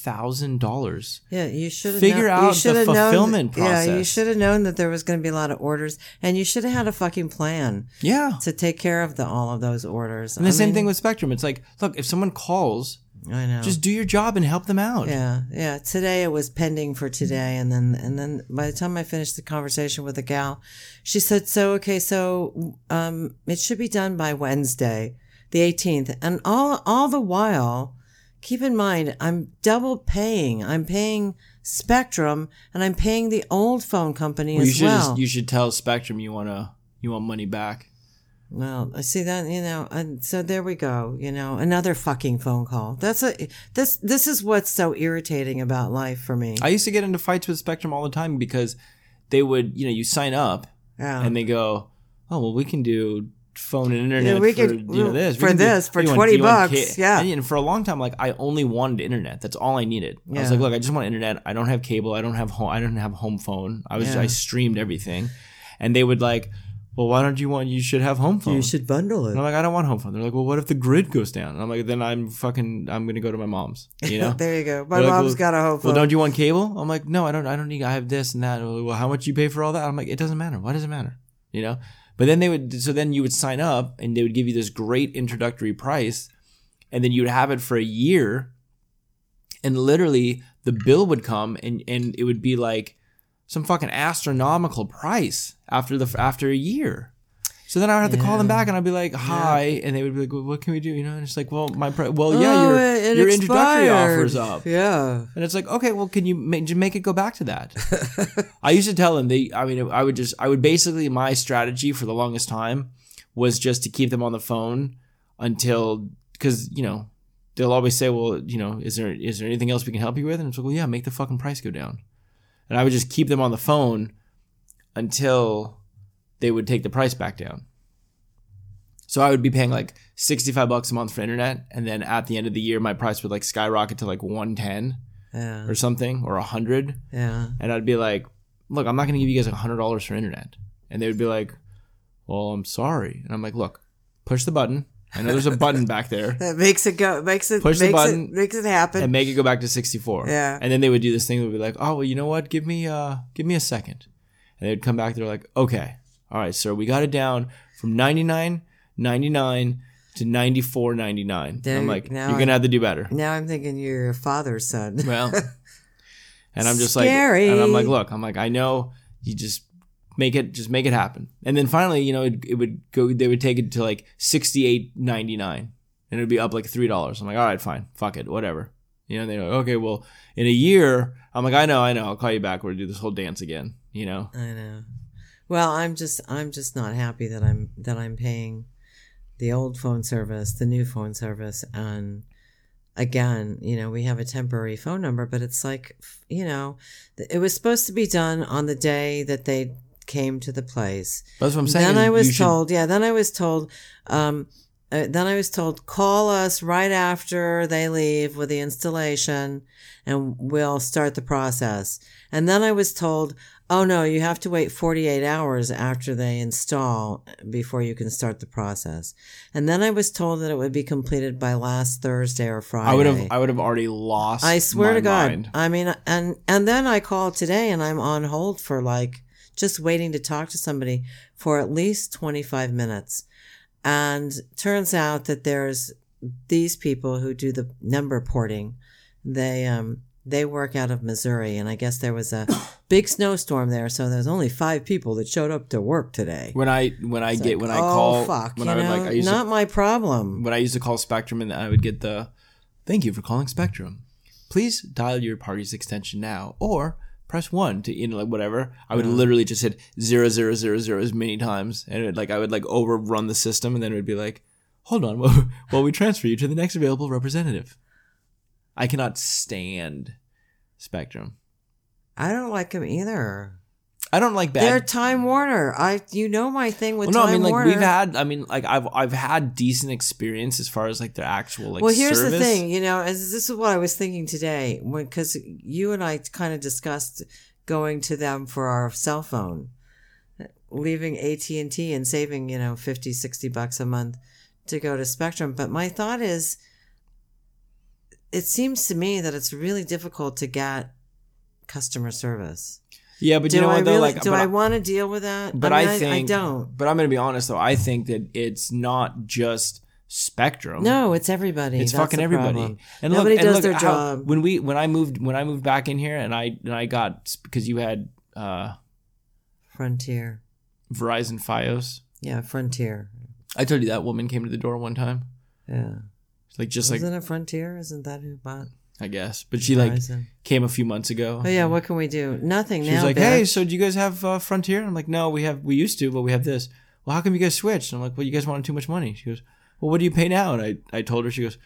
A: $400,000.
B: yeah. You should have
A: Figure
B: known,
A: out
B: you
A: the
B: should've known that-
A: fulfillment
B: Yeah. You
A: process.
B: should have known that there was going to be a lot of orders, and you should have had a fucking plan
A: Yeah.
B: to take care of the all of those orders.
A: And the same thing with Spectrum. It's like, look, if someone calls,
B: I know.
A: just do your job and help them out.
B: Oh. Yeah, yeah. Today it was pending for today, and then and then by the time I finished the conversation with the gal, she said, "So okay, so um, it should be done by Wednesday, the 18th." And all all the while, keep in mind, I'm double paying. I'm paying Spectrum, and I'm paying the old phone company
A: Well, you
B: as
A: should
B: well.
A: just, you should tell Spectrum you wanna you want money back.
B: Well, I see that, you know, and so there we go, you know, another fucking phone call. That's a this this is what's so irritating about life for me.
A: I used to get into fights with Spectrum all the time because they would, you know, you sign up
B: Yeah.
A: and they go, oh well, we can do phone and internet
B: we
A: for
B: could-
A: you know this We
B: for
A: can do-
B: this, for
A: what do you
B: 20
A: do you want,
B: bucks,
A: ca-"
B: yeah.
A: And, you know, for a long time, like I only wanted internet. That's all I needed. I
B: Yeah.
A: was like, look, I just want internet. I don't have cable. I don't have home. I don't have home phone. I was
B: Yeah.
A: I streamed everything, and they would like, well, why don't you want? You should have home phone.
B: You should bundle
A: And
B: it.
A: I'm like, I don't want home phone. They're like, well, what if the grid goes down? And I'm like, then I'm fucking, I'm gonna go to my mom's. You know.
B: There you go. My
A: They're like,
B: mom's
A: well-
B: got a whole phone.
A: Well, don't you want cable? I'm like, no, I don't. I don't need. I have this and that. Well, how much you pay for all that? I'm like, it doesn't matter. Why does it matter? You know. But then they would. So then you would sign up, and they would give you this great introductory price, and then you'd have it for a year, and literally the bill would come, and and it would be like some fucking astronomical price after the after a year. So then I would have to call them back, and I'd be like, "Hi," and they would be like, well, "What can we do?" You know, and it's like, "Well, my pri- well, yeah,
B: Oh,
A: your
B: it- it
A: your introductory
B: expired.
A: offer's
B: [laughs]
A: up."
B: Yeah.
A: And it's like, okay, well, can you make, make it go back to that? I used to tell them they, I mean, I would just, I would basically, my strategy for the longest time was just to keep them on the phone until, because, you know, they'll always say, well, you know, is there, is there anything else we can help you with? And it's like, well, yeah, make the fucking price go down. And I would just keep them on the phone until they would take the price back down. So I would be paying like 65 bucks a month for internet. And then at the end of the year, my price would like skyrocket to like 110
B: Yeah.
A: or something or a hundred
B: Yeah.
A: and i'd be like look i'm not going to give you guys a hundred dollars for internet and they would be like well i'm sorry and i'm like look push the button i know there's a button
B: [laughs]
A: back there
B: That makes it go. Makes it.
A: Push the
B: makes It,
A: button
B: makes it happen.
A: and make it go back to 64
B: Yeah.
A: and then they would do this thing that would be like oh well you know what give me uh give me a second and they'd come back they're like okay all right sir we got it down from 99 99 to 94.99
B: There-
A: i'm like
B: now
A: you're gonna
B: I-
A: have to do better
B: now I'm thinking you're your father's son. [laughs]
A: Well, and I'm just
B: Scary.
A: like, and I'm like, look, I'm like, I know you just make it just make it happen and then finally you know it, it would go they would take it to like 68.99 and it would be up like three dollars i'm like all right fine fuck it whatever you know they're like okay well in a year i'm like i know i know i'll call you back we're gonna do this whole dance again you know
B: I know. Well, I'm just I'm just not happy that I'm that I'm paying the old phone service, the new phone service, and again, you know, we have a temporary phone number, but it's like, you know, th- it was supposed to be done on the day that they came to the place.
A: that's what i'm saying
B: Then I
A: You
B: was
A: should-
B: told, yeah, then I was told, um, uh, then I was told, call us right after they leave with the installation and we'll start the process. And then I was told, oh no, you have to wait 48 hours after they install before you can start the process. And then I was told that it would be completed by last Thursday or Friday.
A: i would have i would have already lost
B: I swear
A: my
B: to God.
A: mind.
B: I mean, and and then I call today, and I'm on hold for like just waiting to talk to somebody for at least 25 minutes. And turns out that there's these people who do the number porting. They um they work out of Missouri, and I guess there was a [coughs] big snowstorm there, so there's only five people that showed up to work today.
A: when i when i get when i
B: oh,
A: call
B: fuck,
A: when
B: you
A: i would
B: know,
A: like i used to
B: not my problem.
A: when I used to call Spectrum and I would get the thank you for calling Spectrum. Please dial your party's extension now or press one to you know like whatever. I would literally just hit zero zero zero zero as many times and it would, like I would like overrun the system and then it would be like, hold on [laughs] while, while we transfer you to the next available representative. I cannot stand Spectrum.
B: I don't like him either.
A: I don't like bad.
B: They're Time Warner. I you know my thing with
A: well, no,
B: Time
A: I mean like
B: Warner.
A: we've had. I mean like I've I've had decent experience as far as like their actual like.
B: well, here's the
A: service.
B: thing. You know, as this is what I was thinking today because you and I kind of discussed going to them for our cell phone, leaving AT and T and saving you know 50, 60 bucks a month to go to Spectrum. But my thought is, it seems to me that it's really difficult to get customer service.
A: Yeah, but
B: do
A: you know
B: I
A: what though?
B: really?
A: like,
B: do
A: but
B: I want to deal with that?
A: But
B: I,
A: I,
B: mean,
A: think
B: I don't.
A: But I'm going to be honest though. I think that it's not just Spectrum.
B: No, it's everybody.
A: it's
B: That's
A: fucking
B: the
A: everybody.
B: problem.
A: And
B: Nobody
A: look, and
B: does
A: look
B: their
A: how-
B: job.
A: When we when I moved when I moved back in here and I and I got because you had uh,
B: Frontier.
A: Verizon FiOS.
B: Yeah, Frontier.
A: I told you that woman came to the door one time.
B: Yeah.
A: Like just like
B: Isn't it Frontier? Isn't that who bought
A: I guess, but she like
B: Verizon?
A: came a few months ago.
B: Oh yeah, what can we do? Nothing
A: She
B: now.
A: was like,
B: bitch.
A: "Hey, so do you guys have uh, Frontier?" I'm like, "No, we have we used to, but we have this." Well, how come you guys switched? And I'm like, "Well, you guys wanted too much money." She goes, "Well, what do you pay now?" And I, I told her. She goes,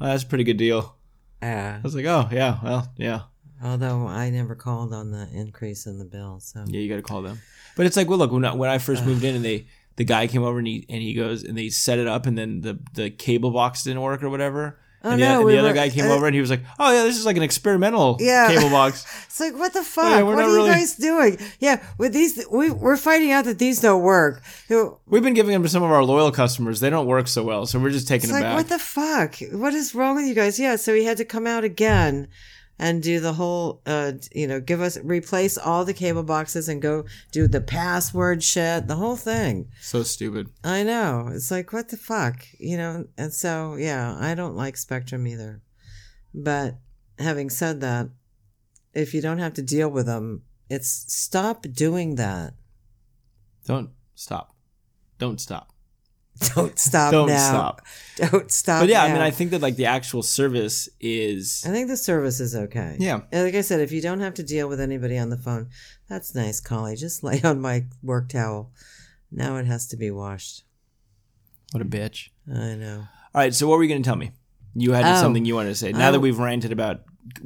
A: oh, "That's a pretty good deal."
B: Ah.
A: I was like, "Oh yeah, well yeah,
B: although I never called on the increase in the bill, so
A: yeah, you got to call them." But it's like, well, look, when I, when I first moved in, and they the guy came over and he and he goes and they set it up, and then the the cable box didn't work or whatever.
B: Oh,
A: and the,
B: no,
A: and
B: we
A: the other
B: were-
A: guy came
B: uh,
A: over and he was like, "Oh yeah, this is like an experimental
B: Yeah.
A: cable
B: [laughs]
A: box."
B: it's like, what the fuck?
A: Oh, Yeah, we're
B: what
A: not
B: are
A: really-
B: you guys doing? Yeah, with these, we, we're finding out that these don't work. You-
A: We've been giving them to some of our loyal customers. They don't work so well, so we're just taking
B: It's
A: them
B: like,
A: back.
B: what the fuck? What is wrong with you guys? Yeah, so he had to come out again and do the whole, uh, you know, give us, replace all the cable boxes and go do the password shit, the whole thing.
A: so stupid.
B: I know. It's like, what the fuck? You know, and so, yeah, I don't like Spectrum either. But having said that, if you don't have to deal with them, it's stop doing that. [laughs]
A: Don't stop. Don't stop.
B: Don't stop
A: Don't
B: now.
A: stop.
B: Don't stop.
A: But yeah, I
B: now. Uh,
A: mean, I think that like the actual service is
B: I think the service is okay.
A: Yeah.
B: And Like I said, if you don't have to deal with anybody on the phone, that's nice, Collie. Just [laughs] lay on my work towel. Now it has to be washed.
A: what a bitch.
B: I know.
A: All right, so what were you going to tell me? You had
B: Oh.
A: something you wanted to say. Now that
B: Oh.
A: we've ranted about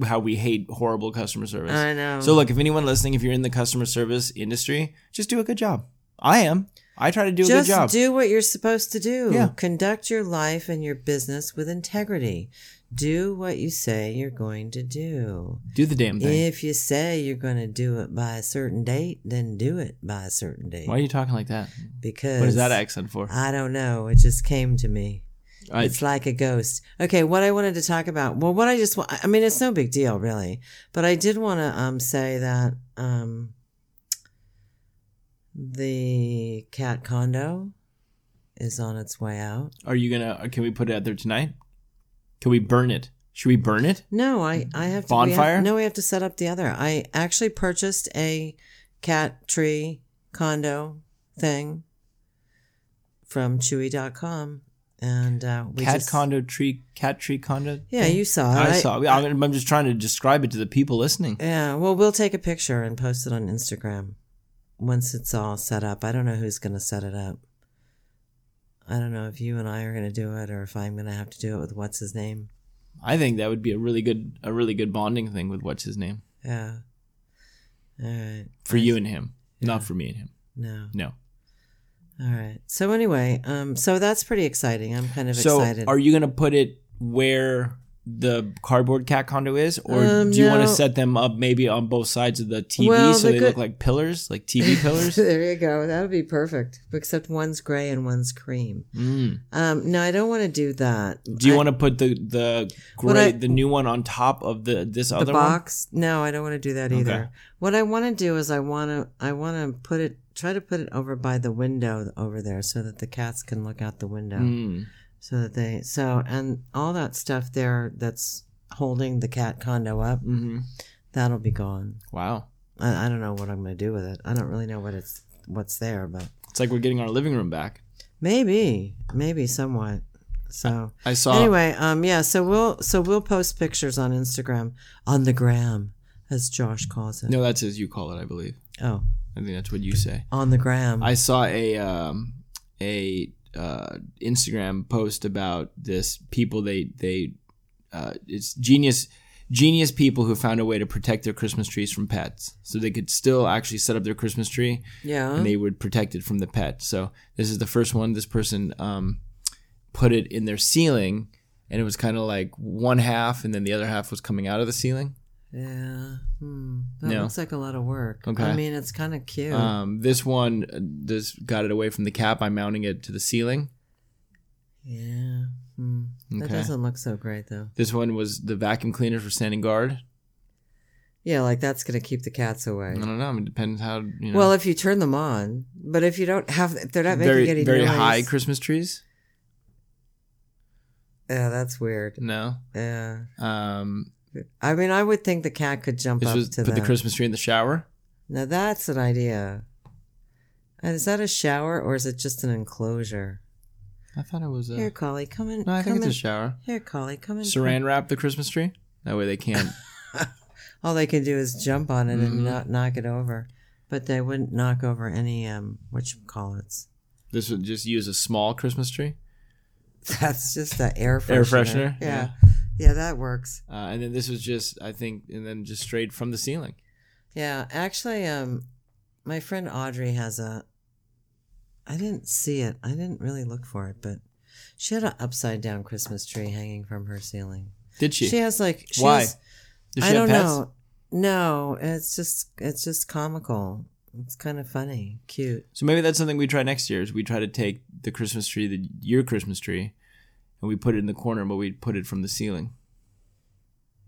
A: how we hate horrible customer service,
B: I know.
A: So look, if anyone listening, if you're in the customer service industry, just do a good job. I am. I try to do a
B: Just
A: good job.
B: do what you're supposed to do.
A: Yeah.
B: Conduct your life and your business with integrity. Do what you say you're going to do.
A: do the damn thing.
B: If you say you're going to do it by a certain date, then do it by a certain date.
A: Why are you talking like that?
B: Because
A: What is that accent for?
B: I don't know. It just came to me.
A: All right,
B: It's like a ghost. Okay, what I wanted to talk about. Well, what I just want, I mean, it's no big deal, really. But I did want to um, say that um, the cat condo is on its way out.
A: are you gonna? uh, Can we put it out there tonight? Can we burn it? Should we burn it?
B: No, I, I have to. We
A: Bonfire?
B: have, no, we have to set up the other. I actually purchased a cat tree condo thing from Chewy.com, and uh, we
A: cat
B: just,
A: condo tree, cat tree condo.
B: Yeah, you saw it.
A: I, saw. I, I'm I'm just trying to describe it to the people listening.
B: Yeah, well, we'll take a picture and post it on Instagram once it's all set up. I don't know who's going to set it up. I don't know if you and I are going to do it or if I'm going to have to do it with what's his name.
A: I think that would be a really good, a really good bonding thing with what's his name
B: Yeah. All right.
A: for you and him, not for me and him.
B: No.
A: No.
B: All right. So anyway, um so that's pretty exciting. I'm kind of
A: So
B: excited.
A: are you gonna put it where the cardboard cat condo is, or
B: Um,
A: do you want to
B: no.
A: set them up maybe on both sides of the TV
B: Well,
A: so
B: the
A: they
B: good-
A: look like pillars,
B: [laughs]
A: like TV pillars?
B: there you go. That would be perfect. Except one's gray and one's cream.
A: Mm.
B: Um no, I don't want to do that.
A: Do you
B: I-
A: want to put the the
B: What
A: gray,
B: I-
A: the new one on top of the this
B: the
A: other
B: box? No, I don't want to do that either. What I want to do is I want to I want to put it try to put it over by the window over there so that the cats can look out the window.
A: one? Mm.
B: So that they so and all that stuff there that's holding the cat condo up,
A: hmm
B: that'll be gone.
A: Wow,
B: I, I don't know what I'm going to do with it. I don't really know what it's what's there, but
A: it's like we're getting our living room back.
B: maybe maybe somewhat.
A: [laughs]
B: So
A: I saw.
B: anyway, um, yeah. So we'll so we'll post pictures on Instagram on the gram, as Josh calls it.
A: No, that's as you call it, I believe.
B: Oh,
A: I think that's what you say.
B: on the gram.
A: I saw a um, a uh, Instagram post about this people they they uh, it's genius genius people who found a way to protect their Christmas trees from pets, so they could still actually set up their Christmas tree
B: yeah.
A: and they would protect it from the pet. So this is the first one. This person um, put it in their ceiling, and it was kind of like one half, and then the other half was coming out of the ceiling.
B: yeah. Hmm. That
A: No.
B: looks like a lot of work.
A: Okay.
B: I mean, it's kind of cute.
A: Um, this one, uh, this got it away from the cap by mounting it to the ceiling.
B: yeah. Hmm. That
A: Okay.
B: doesn't look so great though.
A: This one was the vacuum cleaners were standing guard.
B: Yeah, like that's gonna keep the cats away.
A: I don't know. I mean, it depends how Mm, you know.
B: Well, if you turn them on, but if you don't have, if they're not making
A: very
B: any
A: very
B: noise.
A: high Christmas trees.
B: yeah, that's weird.
A: No.
B: Yeah,
A: Um,
B: I mean, I would think the cat could jump
A: this
B: up
A: was
B: to
A: put the
B: them.
A: Christmas tree in the shower.
B: now that's an idea. And is that a shower or is it just an enclosure?
A: I thought it was a.
B: Here, Collie, come in.
A: no, I
B: come
A: think it's
B: in.
A: a shower.
B: Here, Collie, come in.
A: Saran wrap the Christmas tree.
B: [laughs]
A: That way they can't.
B: All they can do is jump on it
A: Mhm.
B: and not knock it over, but they wouldn't knock over any um what you call it.
A: this would just use a small Christmas tree.
B: [laughs] That's just the air freshener.
A: Air freshener,
B: Yeah. yeah, that works.
A: Uh, and then this was just, I think, and then just straight from the ceiling.
B: Yeah, actually, um, my friend Audrey has a. I didn't see it. I didn't really look for it, but she had an upside down Christmas tree hanging from her ceiling.
A: Did she?
B: She, has like she
A: Why?
B: has-
A: Does she
B: I don't
A: have pets?
B: know. No, it's just it's just comical. It's kind of funny, cute.
A: So maybe that's something we try next year. Is we try to take the Christmas tree, the your Christmas tree, and we put it in the corner, but we put it from the ceiling.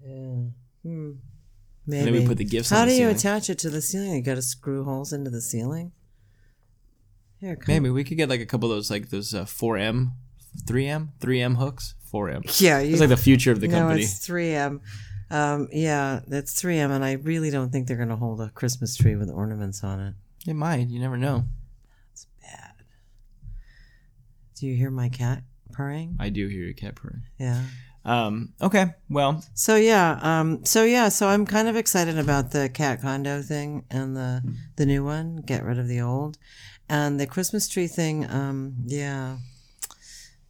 B: Yeah. Hmm. Maybe.
A: then we put the gifts
B: How
A: on the
B: do you
A: ceiling.
B: attach it to the ceiling? You got to screw holes into the ceiling. Here, come.
A: Maybe we could get like a couple of those, like those uh, 4M, 3M, 3M hooks, 4M.
B: Yeah, you
A: It's like the future of the
B: no,
A: company.
B: it's 3M. Um, yeah, that's 3M, and I really don't think they're going to hold a Christmas tree with ornaments on it.
A: It might. You never know.
B: Bad. Do you hear my cat purring?
A: I do hear your cat purring.
B: Yeah.
A: Um. Okay. Well.
B: So yeah, um, so yeah, so I'm kind of excited about the cat condo thing and the the new one. Get rid of the old, and the Christmas tree thing. Um, yeah,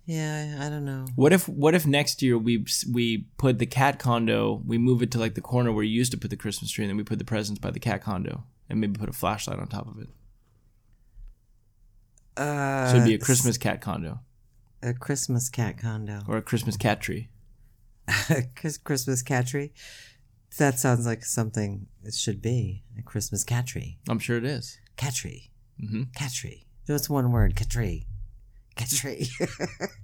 B: yeah, I don't know.
A: What if what if next year we we put the cat condo, we move it to like the corner where you used to put the Christmas tree, and then we put the presents by the cat condo, and maybe put a flashlight on top of it.
B: Uh,
A: So it'd be a Christmas cat condo
B: a Christmas cat condo. [laughs]
A: or a Christmas cat tree.
B: Chris- Christmas cat tree. That sounds like something it should be a Christmas cat tree.
A: I'm sure it is.
B: Cat tree.
A: Mhm.
B: Cat tree. That's one word. Cat tree. Cat tree. [laughs]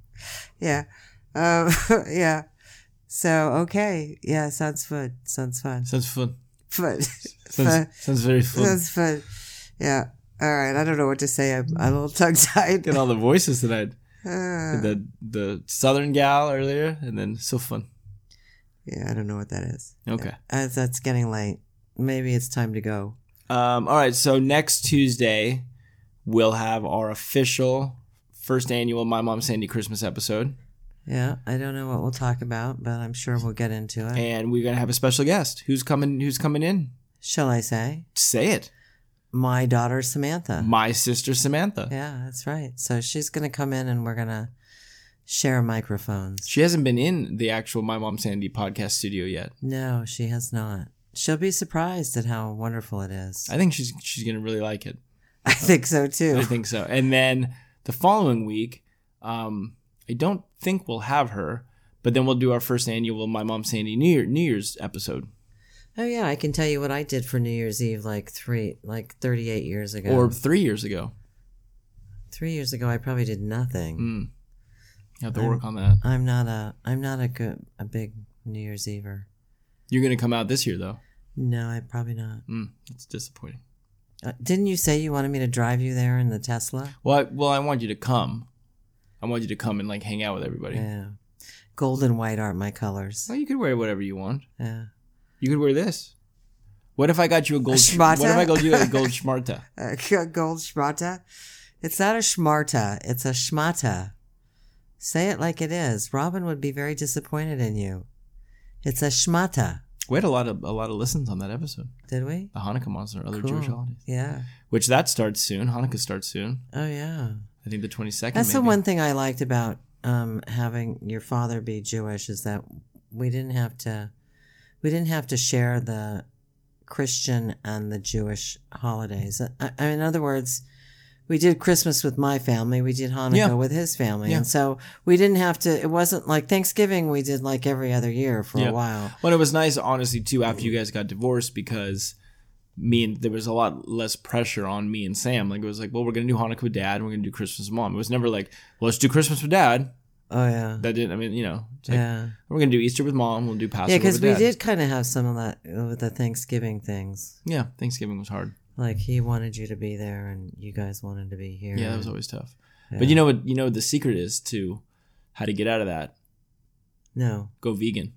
B: yeah. Um, [laughs] yeah. So okay. Yeah. Sounds fun. Sounds fun.
A: Sounds fun.
B: Fun. [laughs] fun.
A: Sounds, sounds very fun.
B: Sounds fun. Yeah. All right. I don't know what to say. I'm, I'm a little [laughs] Ah. tongue tied.
A: Get all the voices tonight.
B: [laughs]
A: The the southern gal earlier, and then so fun.
B: Yeah. I don't know what that is.
A: Okay.
B: As that's getting late. Maybe it's time to go.
A: Um, all right, so next Tuesday we'll have our official first annual My Mom Sandy Christmas episode,
B: Yeah, I don't know what we'll talk about, but I'm sure we'll get into it.
A: and we're gonna have a special guest. Who's coming? Who's coming in?
B: Shall I say?
A: Say it.
B: My daughter Samantha.
A: My sister Samantha.
B: Yeah, that's right. So she's going to come in and we're going to share microphones.
A: She hasn't been in the actual My Mom Sandy podcast studio yet.
B: No, she has not. She'll be surprised at how wonderful it is.
A: I think she's she's gonna really like it.
B: I think so
A: I
B: too.
A: think so. And then the following week, um, I don't think we'll have her, but then we'll do our first annual My Mom Sandy New, Year, New Year's episode
B: Oh yeah, I can tell you what I did for New Year's Eve like 3 like 38 years ago.
A: or three years ago.
B: 3 years ago I probably did nothing.
A: Mm. You have to work on that.
B: I'm not a I'm not a good a big New Year's Ever.
A: You're going to come out this year, though.
B: No, I probably not.
A: Mm, it's disappointing.
B: Uh, didn't you say you wanted me to drive you there in the Tesla?
A: Well, I, well, I want you to come. I want you to come and like hang out with everybody.
B: Yeah. Gold and white aren't my colors.
A: Well, you could wear whatever you want.
B: Yeah.
A: You could wear this. What if I got you a gold? sh-
B: schmata?
A: What if I got you
B: [laughs]
A: a gold schmarta?
B: Uh, gold schmata? It's not a schmarta, it's a schmata. Say it like it is. Robin would be very disappointed in you. It's a schmata.
A: We had a lot of a lot of listens on that episode.
B: Did we?
A: The Hanukkah monster, other Jewish
B: Cool.
A: holidays.
B: Yeah.
A: Which that starts soon. Hanukkah starts soon.
B: Oh, yeah.
A: I think the 22nd.
B: That's the
A: maybe.
B: one thing I liked about um, having your father be Jewish is that we didn't have to we didn't have to share the Christian and the Jewish holidays. I, I, in other words, we did Christmas with my family, we did Hanukkah
A: Yeah.
B: with his family,
A: Yeah.
B: and so we didn't have to. It wasn't like Thanksgiving we did like every other year for
A: Yeah.
B: a while.
A: Well, it was nice, honestly, too, after you guys got divorced because me and there was a lot less pressure on me and Sam. Like it was like, well, we're gonna do Hanukkah with Dad, and we're gonna do Christmas with Mom. It was never like, well, let's do Christmas with Dad.
B: Oh yeah,
A: That didn't. I mean, you know, it's like,
B: yeah,
A: we're gonna do Easter with Mom. We'll do Passover.
B: yeah. Because
A: with
B: we
A: Dad.
B: did kind of have some of that uh, with the Thanksgiving things.
A: Yeah, Thanksgiving was hard.
B: Like he wanted you to be there, and you guys wanted to be here.
A: Yeah, that
B: and-
A: was always tough. But you know what? You know what the secret is to how to get out of that.
B: No.
A: Go vegan,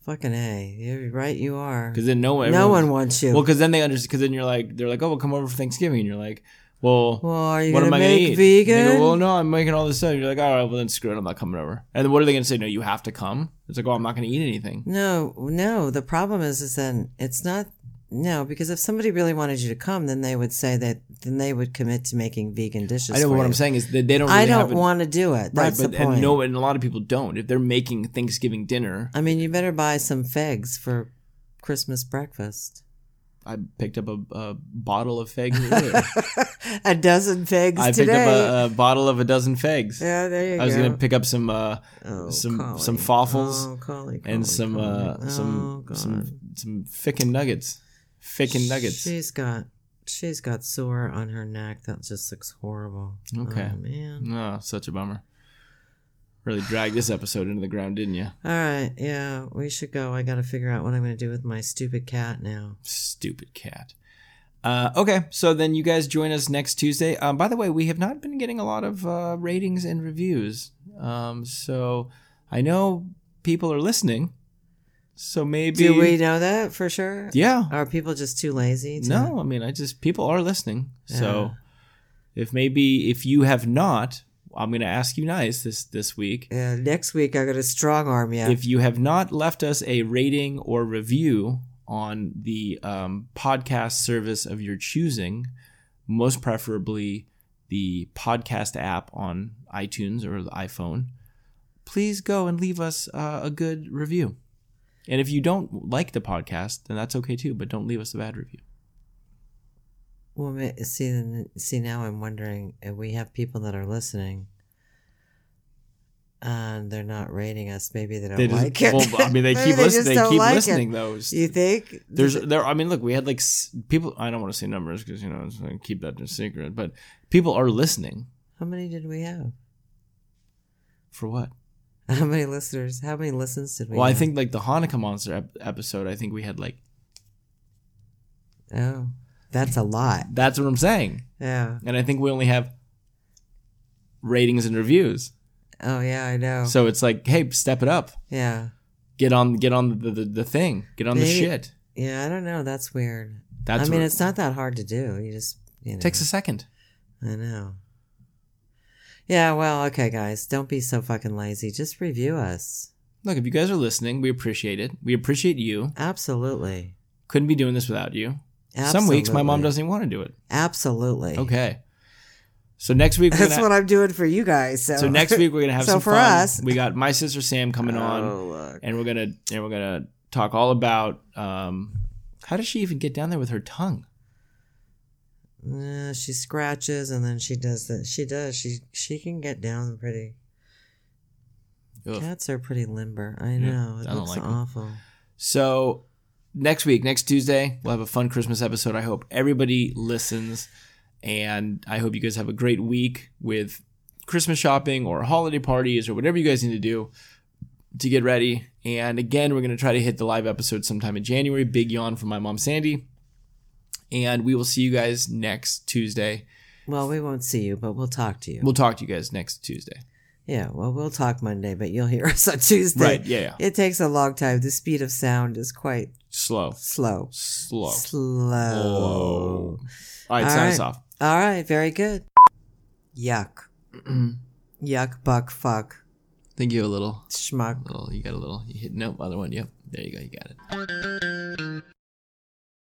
B: Fucking A. You're right, you are.
A: because then no one.
B: No
A: everyone-
B: one wants you.
A: Well,
B: Well,
A: because then they understand. Because then you're like, they're like, oh, well, come over for Thanksgiving, and you're like, well,
B: are you
A: what
B: going
A: am
B: to
A: I gonna eat?
B: make
A: They
B: vegan?
A: go, well, no, I'm making all this stuff. You're like, all right, well then screw it, I'm not coming over. And then what are they gonna say? No, you have to come. It's like, oh, I'm not gonna eat anything.
B: no, no. The problem is, is then it's not. No, because if somebody really wanted you to come, then they would say that, then they would commit to making vegan dishes.
A: I know
B: for
A: but what
B: you.
A: I'm saying is that they don't. Really
B: I
A: have
B: don't
A: it-
B: want to do it.
A: right,
B: That's
A: but
B: the
A: and
B: point.
A: no, and a lot of people don't. If they're making Thanksgiving dinner,
B: I mean, you better buy some figs for Christmas
A: [laughs]
B: breakfast. [laughs]
A: I picked up a, a bottle of figs. earlier.
B: a dozen figs
A: I picked
B: today.
A: up a, a bottle of a dozen figs.
B: yeah, there you
A: I was
B: go.
A: gonna pick up some uh,
B: oh,
A: some-
B: Collie.
A: some falafels
B: oh, Collie, Collie,
A: and some uh,
B: Collie.
A: some
B: Oh, God.
A: some some ficken nuggets, ficken nuggets.
B: She's got she's got sore on her neck. That just looks horrible.
A: Okay.
B: Oh, man.
A: Oh, such a bummer. Really dragged this episode into the ground, didn't you?
B: All right. Yeah, we should go. I got to figure out what I'm going to do with my stupid cat now.
A: Stupid cat. Uh, okay, so then you guys join us next Tuesday. Um, by the way, we have not been getting a lot of uh, ratings and reviews. Um, so I know people are listening. So maybe.
B: Do we know that for sure?
A: Yeah.
B: Are people just too lazy? To,
A: No, I mean, I just people are listening. So if maybe if you have not, I'm going to ask you nice this this week.
B: Yeah, next week I got a strong arm. Yeah.
A: If you have not left us a rating or review on the um, podcast service of your choosing, most preferably the podcast app on iTunes or the iPhone, please go and leave us uh, a good review. And if you don't like the podcast, then that's okay too, but don't leave us a bad review.
B: well, ma- see, then- see now I'm wondering if we have people that are listening. And they're not rating us. Maybe they don't
A: They
B: like
A: just,
B: it.
A: well, I mean,
B: [laughs]
A: they
B: Maybe
A: keep
B: just
A: listening. They
B: don't
A: keep
B: like it.
A: listening though.
B: You think
A: There's there. I mean, look, we had like s- people. I don't want to say numbers because you know it's like, keep that a secret. But people are listening
B: how many did we have? [laughs]
A: for what?
B: How many listeners? How many listens did we?
A: Well, I
B: have?
A: think like the Hanukkah monster ep- episode. I think we had like
B: Oh, that's a lot.
A: that's what I'm saying,
B: Yeah.
A: and I think we only have ratings and reviews.
B: Oh yeah, I know.
A: So it's like, hey, step it up.
B: yeah.
A: Get on, get on the the, the thing. Get on the
B: Maybe-
A: shit.
B: Yeah, I don't know. That's weird.
A: That's
B: I mean,
A: what-
B: it's not that hard to do. You just, you know.
A: takes a second.
B: I know. Yeah, well, okay, guys. Don't be so fucking lazy. Just review us.
A: Look, if you guys are listening, we appreciate it. We appreciate you.
B: Absolutely.
A: Couldn't be doing this without you.
B: Absolutely.
A: Some weeks my mom doesn't even want to do it.
B: Absolutely.
A: Okay. So next week
B: [laughs]
A: we're
B: That's what
A: gonna,
B: I'm doing for you guys. So,
A: so next week we're gonna have
B: So
A: some
B: for
A: fun.
B: us-
A: We got my sister Sam coming on,
B: [laughs] Oh, look.
A: and we're gonna and we're gonna talk all about um, how does she even get down there with her tongue?
B: Yeah, she scratches and then she does that. She does. She she can get down pretty.
A: Ugh.
B: Cats are pretty limber. I know. It
A: I don't
B: looks
A: like 'em.
B: awful.
A: So next week, next Tuesday, we'll have a fun Christmas episode. I hope everybody listens, and I hope you guys have a great week with Christmas shopping or holiday parties or whatever you guys need to do to get ready. And again, we're gonna try to hit the live episode sometime in January. Big yawn from my mom Sandy, and we will see you guys next Tuesday.
B: Well, we won't see you, but we'll talk to you.
A: We'll talk to you guys next Tuesday.
B: yeah, well, we'll talk Monday, but you'll hear us on Tuesday.
A: Right? Yeah. yeah.
B: It takes a long time. The speed of sound is quite
A: Slow.
B: slow.
A: Slow.
B: Slow.
A: All right.
B: All
A: sign us
B: right.
A: off.
B: All right, very good. Yuck. [clears throat] Yuck, buck, fuck,
A: Thank you. A little.
B: schmuck.
A: Little, you got a little. You hit no other one. Yep. There you go. You got it.